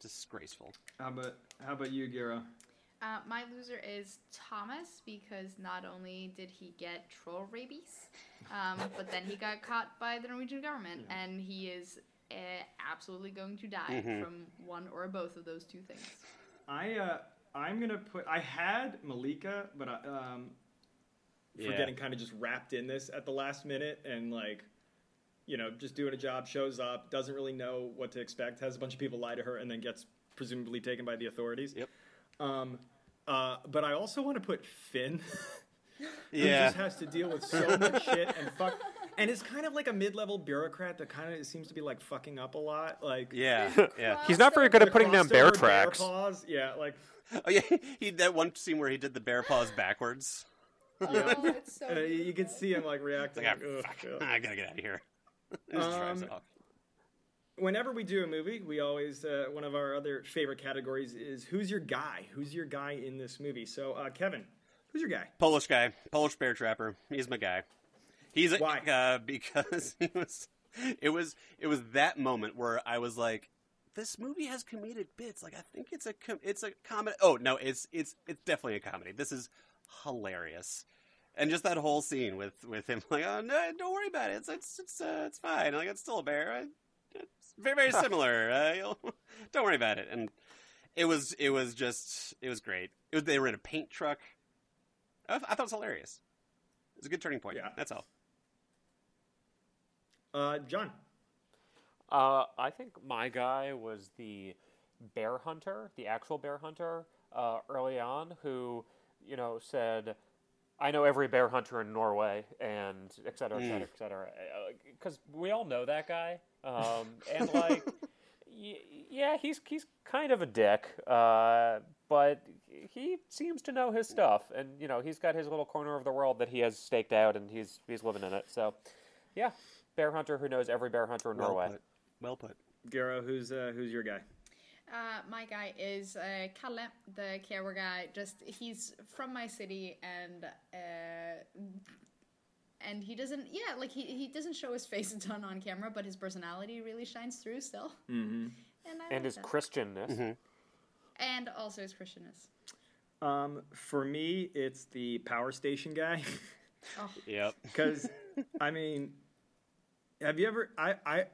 S2: Disgraceful.
S1: How about how about you, Gero?
S3: Uh, my loser is Thomas because not only did he get troll rabies, um, but then he got caught by the Norwegian government, and he is uh, absolutely going to die
S1: Mm-hmm.
S3: from one or both of those two things.
S1: I uh, I'm gonna put. I had Malika, but I, um,
S2: Yeah.
S1: forgetting kind of just wrapped in this at the last minute and like, you know, just doing a job, shows up, doesn't really know what to expect, has a bunch of people lie to her, and then gets presumably taken by the authorities.
S2: Yep.
S1: Um, uh, but I also want to put Finn. Who
S2: Yeah.
S1: just has to deal with so much shit and fuck. And is kind of like a mid-level bureaucrat that kind of seems to be like fucking up a lot. Like
S2: Yeah. Yeah.
S4: He's not very good
S1: the
S4: at putting down bear
S1: crossover
S4: tracks.
S1: paws. Yeah, like
S2: Oh yeah. He that one scene where he did the bear paws backwards.
S3: Oh, it's so
S1: uh, you can see him like reacting.
S2: Like,
S1: like,
S2: ah,
S1: "Ugh,
S2: fuck.
S1: yeah."
S2: I gotta get out of here. And just drives
S1: Um,
S2: off.
S1: whenever we do a movie, we always uh, one of our other favorite categories is who's your guy? Who's your guy in this movie? So uh, Kevin, who's your guy?
S2: Polish guy, Polish bear trapper. He's my guy. He's a,
S1: Why?
S2: Uh, because he was. It was. It was that moment where I was like, "This movie has comedic bits. Like, I think it's a. Com- it's a comedy. Oh no, it's it's it's definitely a comedy. This is hilarious." And just that whole scene with with him, like, "Oh no, don't worry about it. It's it's it's, uh, it's fine. Like, it's still a bear. I, it's very very similar. Uh, you'll, don't worry about it." And it was it was just it was great. It was, they were in a paint truck. I, th- I thought it was hilarious. It was a good turning point.
S1: Yeah.
S2: That's all.
S1: Uh, John.
S4: Uh, I think my guy was the bear hunter, the actual bear hunter uh, early on, who you know said, "I know every bear hunter in Norway," and et cetera, et
S2: Mm.
S4: cetera, et cetera. Because we all know that guy, um, and like, y- yeah, he's he's kind of a dick, uh, but he seems to know his stuff, and you know he's got his little corner of the world that he has staked out, and he's he's living in it. So, yeah, bear hunter who knows every bear hunter in Norway.
S2: put. Well put.
S1: Gero, who's uh, who's your guy?
S3: Uh, my guy is uh, Kalle, the camera guy. Just he's from my city, and uh, and he doesn't. Yeah, like he, he doesn't show his face a ton on camera, but his personality really shines through still. Mm-hmm. And, I like
S4: and his
S3: that.
S4: Christianness.
S3: and also his Christianness.
S1: Um, for me, it's the power station guy.
S3: Oh,
S2: Yep.
S1: Because, I mean, have you ever I I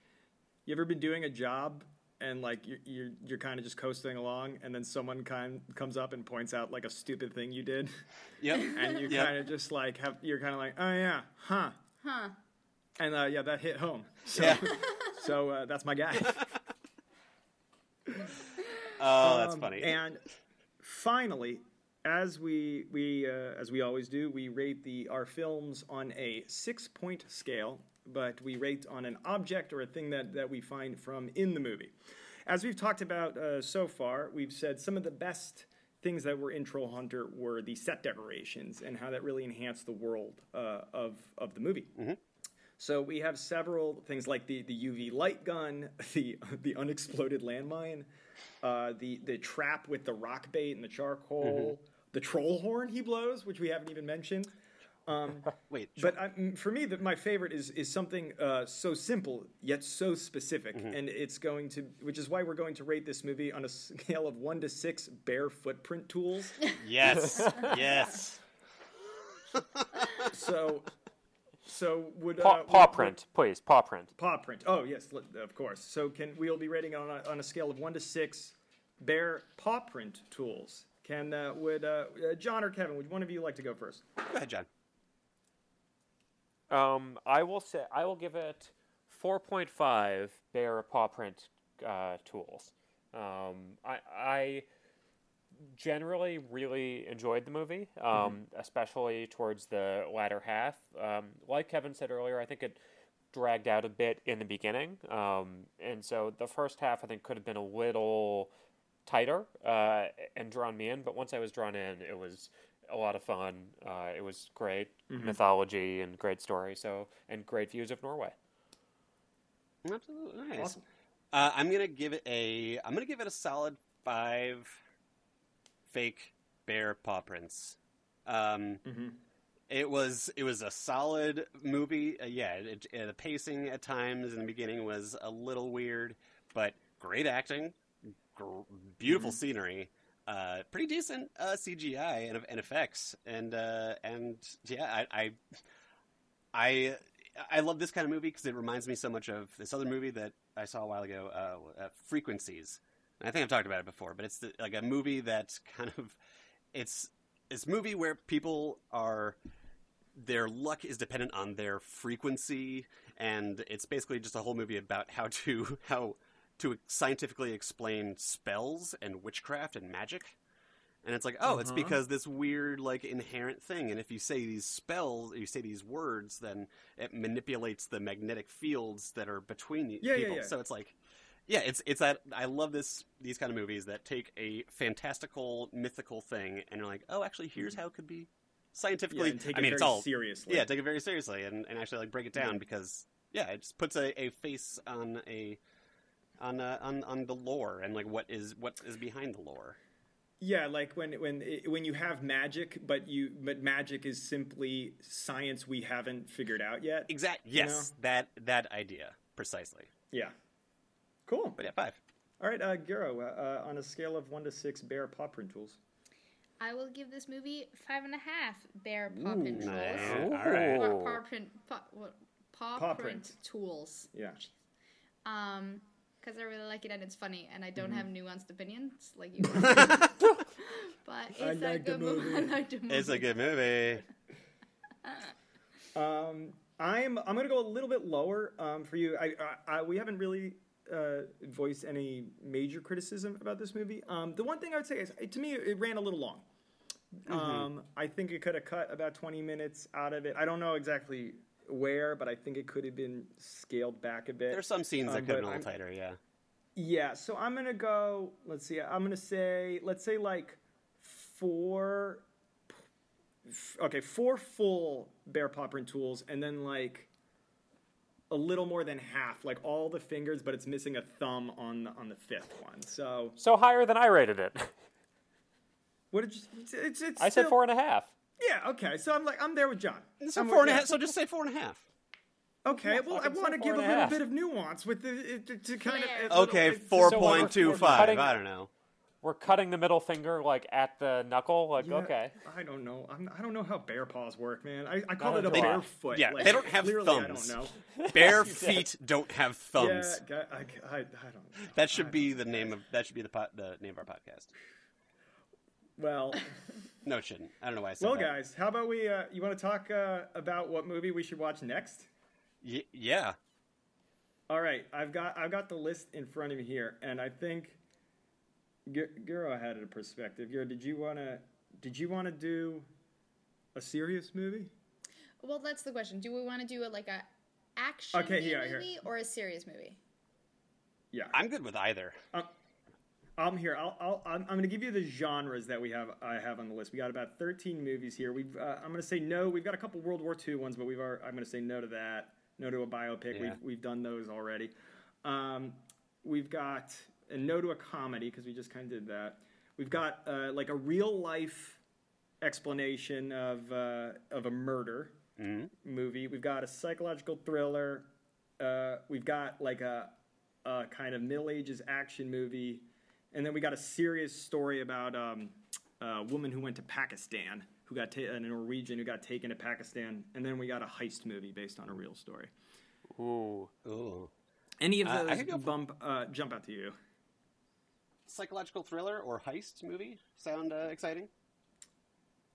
S1: you ever been doing a job and like you're you're, you're kind of just coasting along, and then someone kind comes up and points out like a stupid thing you did,
S2: Yep.
S1: and you
S2: Yep.
S1: kind of just like have you're kind of like oh yeah huh
S3: Huh.
S1: and uh, yeah that hit home. So
S2: Yeah.
S1: so uh, that's my guy.
S2: Oh, that's
S1: Um,
S2: funny.
S1: And finally, as we we uh, as we always do, we rate the our films on a six point scale, but we rate on an object or a thing that that we find from in the movie. As we've talked about uh, so far, we've said some of the best things that were in Troll Hunter were the set decorations and how that really enhanced the world uh, of of the movie. So we have several things like the, the UV light gun, the the unexploded landmine, uh, the the trap with the rock bait and the
S4: Mm-hmm.
S1: charcoal, the troll horn he blows, which we haven't even mentioned.
S2: Wait.
S1: But I, mm, for me, the, my favorite is is something uh, so simple yet so specific,
S4: Mm-hmm.
S1: and it's going to, which is why we're going to rate this movie on a scale of one to six bare footprint tools.
S2: yes. yes.
S1: so, so would
S4: Paw,
S1: uh,
S4: paw
S1: would-
S4: print, please. Paw print.
S1: paw print. Oh yes, l- of course. So can we'll be rating on a, on a scale of one to six bear paw print tools. Can uh, would uh, uh, John or Kevin? Would one of you like to go first?
S2: Go ahead, John.
S4: Um, I will say I will give it 4.5 bear paw print uh, tools. Um, I, I generally really enjoyed the movie, um, especially towards the latter half. Um, like Kevin said earlier, I think it dragged out a bit in the beginning, um, and so the first half I think could have been a little tighter uh, and drawn me in. But once I was drawn in, it was a lot of fun. Uh, it was great
S1: Mm-hmm.
S4: mythology and great story. So and great views of Norway.
S2: Absolutely nice.
S1: Awesome.
S2: Uh, I'm gonna give it a. I'm gonna give it a solid five. Fake bear paw prints. Um,
S1: Mm-hmm.
S2: It was it was a solid movie. Uh, yeah, it, it, the pacing at times in the beginning was a little weird, but great acting, gr- beautiful scenery, uh, pretty decent uh, CGI and, and effects, and uh, and yeah, I, I I I love this kind of movie because it reminds me so much of this other movie that I saw a while ago, uh, uh, Frequencies. And I think I've talked about it before, but it's the, like a movie that kind of it's it's a movie where people are their luck is dependent on their frequency, and it's basically just a whole movie about how to how to scientifically explain spells and witchcraft and magic. And it's like, oh, it's because this weird, like, inherent thing. And if you say these spells, you say these words, then it manipulates the magnetic fields that are between the
S1: Yeah, yeah,
S2: people.
S1: yeah.
S2: So it's like, yeah, it's it's that I love this these kind of movies that take a fantastical, mythical thing and are like, oh, actually, here's how it could be
S1: Mm-hmm.
S2: scientifically.
S1: Yeah, and take
S2: I
S1: it
S2: mean, it's
S1: very
S2: all
S1: seriously.
S2: Yeah, take it very seriously and, and actually like break it down because yeah, it just puts a, a face on a on uh, on on the lore and like what is what is behind the lore.
S1: Yeah, like when when it- when you have magic, but you but magic is simply science we haven't figured out yet.
S2: Exact.
S1: You
S2: Yes, that that idea precisely.
S1: Yeah. Cool.
S2: But yeah, five.
S1: All right, uh, Gero, uh, uh, on a scale of one to six, bear paw print tools.
S3: I will give this movie five and a half bear paw print tools.
S2: nice.
S4: Ooh.
S2: All right.
S3: Or paw print, paw, what, paw,
S1: Paw
S3: print,
S1: print.
S3: tools.
S1: Yeah.
S3: Um, because I really like it and it's funny, and I don't
S1: Mm-hmm.
S3: have nuanced opinions like you. but it's a
S1: like the
S3: good movie. I like the
S2: It's a
S3: movie.
S2: good movie.
S1: Um, I'm I'm gonna go a little bit lower um, for you. I, I, I we haven't really uh, voiced any major criticism about this movie. Um, the one thing I would say is, it, to me, it ran a little long. Um, I think it could have cut about 20 minutes out of it. I don't know exactly where, but I think it could have been scaled back a bit.
S2: There's some scenes that
S1: Um,
S2: could
S1: but
S2: have been a little
S1: I'm-
S2: tighter. Yeah.
S1: Yeah, so I'm gonna go. Let's see. I'm gonna say. Let's say like four. f- Okay, four full bear paw print tools, and then like a little more than half, like all the fingers, but it's missing a thumb on the on the fifth one. So
S4: So higher than I rated it.
S1: what did you? It's it's. it's
S4: I said
S1: still-
S4: four and a half.
S1: Yeah. Okay so I'm like I'm there with John.
S2: So
S1: I'm
S2: four and a
S1: yeah.
S2: half. So just say four and a half.
S1: Okay. Well, I
S4: fucking say
S1: want to give
S4: four
S1: a
S4: and a
S1: little
S4: half.
S1: bit of nuance with the it, to- to kind
S3: Flair.
S1: of. a little-
S2: Okay,
S1: it's just-
S2: four
S4: So we're-
S2: point two
S4: we're
S2: five.
S4: cutting-
S2: I don't know.
S4: We're cutting the middle finger like at the knuckle. Like
S1: Yeah,
S4: okay.
S1: I don't know. I'm, I don't know how bear paws work, man. I, I call
S4: Not
S1: it a
S4: a
S1: bear
S4: dog.
S1: foot.
S2: Yeah,
S1: like,
S2: they don't have
S1: clearly
S2: thumbs.
S1: I don't know.
S2: Bare feet don't have
S1: Yeah,
S2: thumbs.
S1: g- I, I, I don't. know.
S2: That should be the name of that should be the po- the name of our podcast.
S1: Well,
S2: No, it shouldn't. I don't know why I said
S1: well,
S2: that.
S1: guys, how about we? Uh, you want to talk uh, about what movie we should watch next?
S2: Y- yeah.
S1: All right, I've got I've got the list in front of me here, and I think Gu- Guro had a perspective. Guro, did you wanna did you wanna do a serious movie?
S3: Well, that's the question. Do we want to do a, like a action
S1: Okay, here, here.
S3: movie or a serious movie?
S1: Yeah,
S2: I'm good with either.
S1: I'm here. I'll, I'll, I'm, I'm going to give you the genres that we have. I have on the list. We got about 13 movies here. We've. Uh, I'm going to say no. We've got a couple World War II ones, but we've. Are, I'm going to say no to that. No to a biopic.
S2: Yeah.
S1: We've we've done those already. Um, we've got and no to a comedy because we just kind of did that. We've got uh, like a real life explanation of uh, of a murder movie. We've got a psychological thriller. Uh, we've got like a, a kind of Middle Ages action movie, and then we got a serious story about um, a woman who went to Pakistan, who got ta- a Norwegian who got taken to Pakistan, and then we got a heist movie based on a real story.
S4: Ooh.
S2: Ooh.
S1: Any of
S2: Uh, I
S1: those
S2: could go for-
S1: bump uh, jump out to you?
S2: psychological thriller or heist movie sound uh, exciting?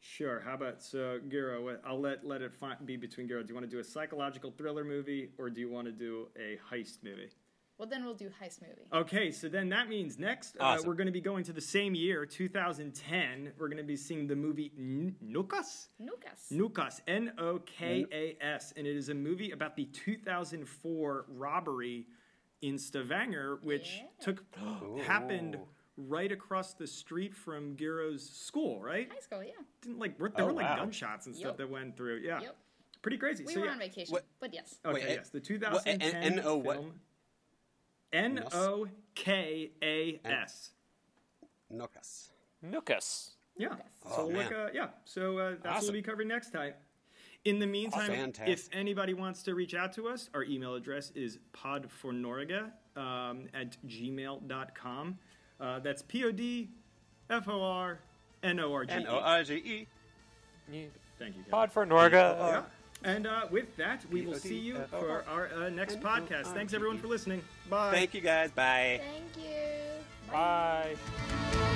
S1: Sure. How about so, Giro? what- I'll let let it fi- be between Giro. Do you want to do a psychological thriller movie or do you want to do a heist movie?
S3: Well, then we'll do heist movie.
S1: Okay, so then that means next uh,
S2: Awesome.
S1: we're going to be going to the same year, 2010. We're going to be seeing the movie N- Nukas.
S3: Nukas.
S1: Nukas, N O K A S, and it is a movie about the 2004 robbery in Stavanger, which
S3: Yeah.
S1: took happened right across the street from Giro's school. Right?
S3: High school, yeah.
S1: Didn't like were, there
S2: Oh,
S1: were like
S2: wow.
S1: gunshots and stuff
S3: Yep.
S1: that went through. Yeah,
S3: Yep.
S1: pretty crazy.
S3: We
S1: Uh, so,
S3: were
S1: yeah.
S3: on vacation,
S2: What-
S3: but yes.
S1: Okay,
S2: Wait, eh,
S1: yes, the
S2: what- N-
S1: 2010
S2: N- N-O what?
S1: film. N O K A S.
S2: Nokas.
S4: Nukas.
S1: Yeah.
S2: Oh,
S1: so like,
S2: man.
S1: uh, yeah. So uh, that's what
S4: Awesome.
S1: we'll be covering next time. In the meantime,
S2: Awesome.
S1: if
S2: Oh, Fantastic.
S1: anybody wants to reach out to us, our email address is podfornorga um, at gmail.com. Uh, that's P O D F O R N O R G.
S2: N O R G E.
S1: Thank you. Kevin.
S4: Pod for Norga.
S1: Yeah. And uh, with that, we will see you for our uh, next
S2: E.
S1: podcast. Thanks, everyone, for listening. Bye.
S2: Thank you guys. Bye.
S3: Thank you.
S4: Bye.
S3: Bye.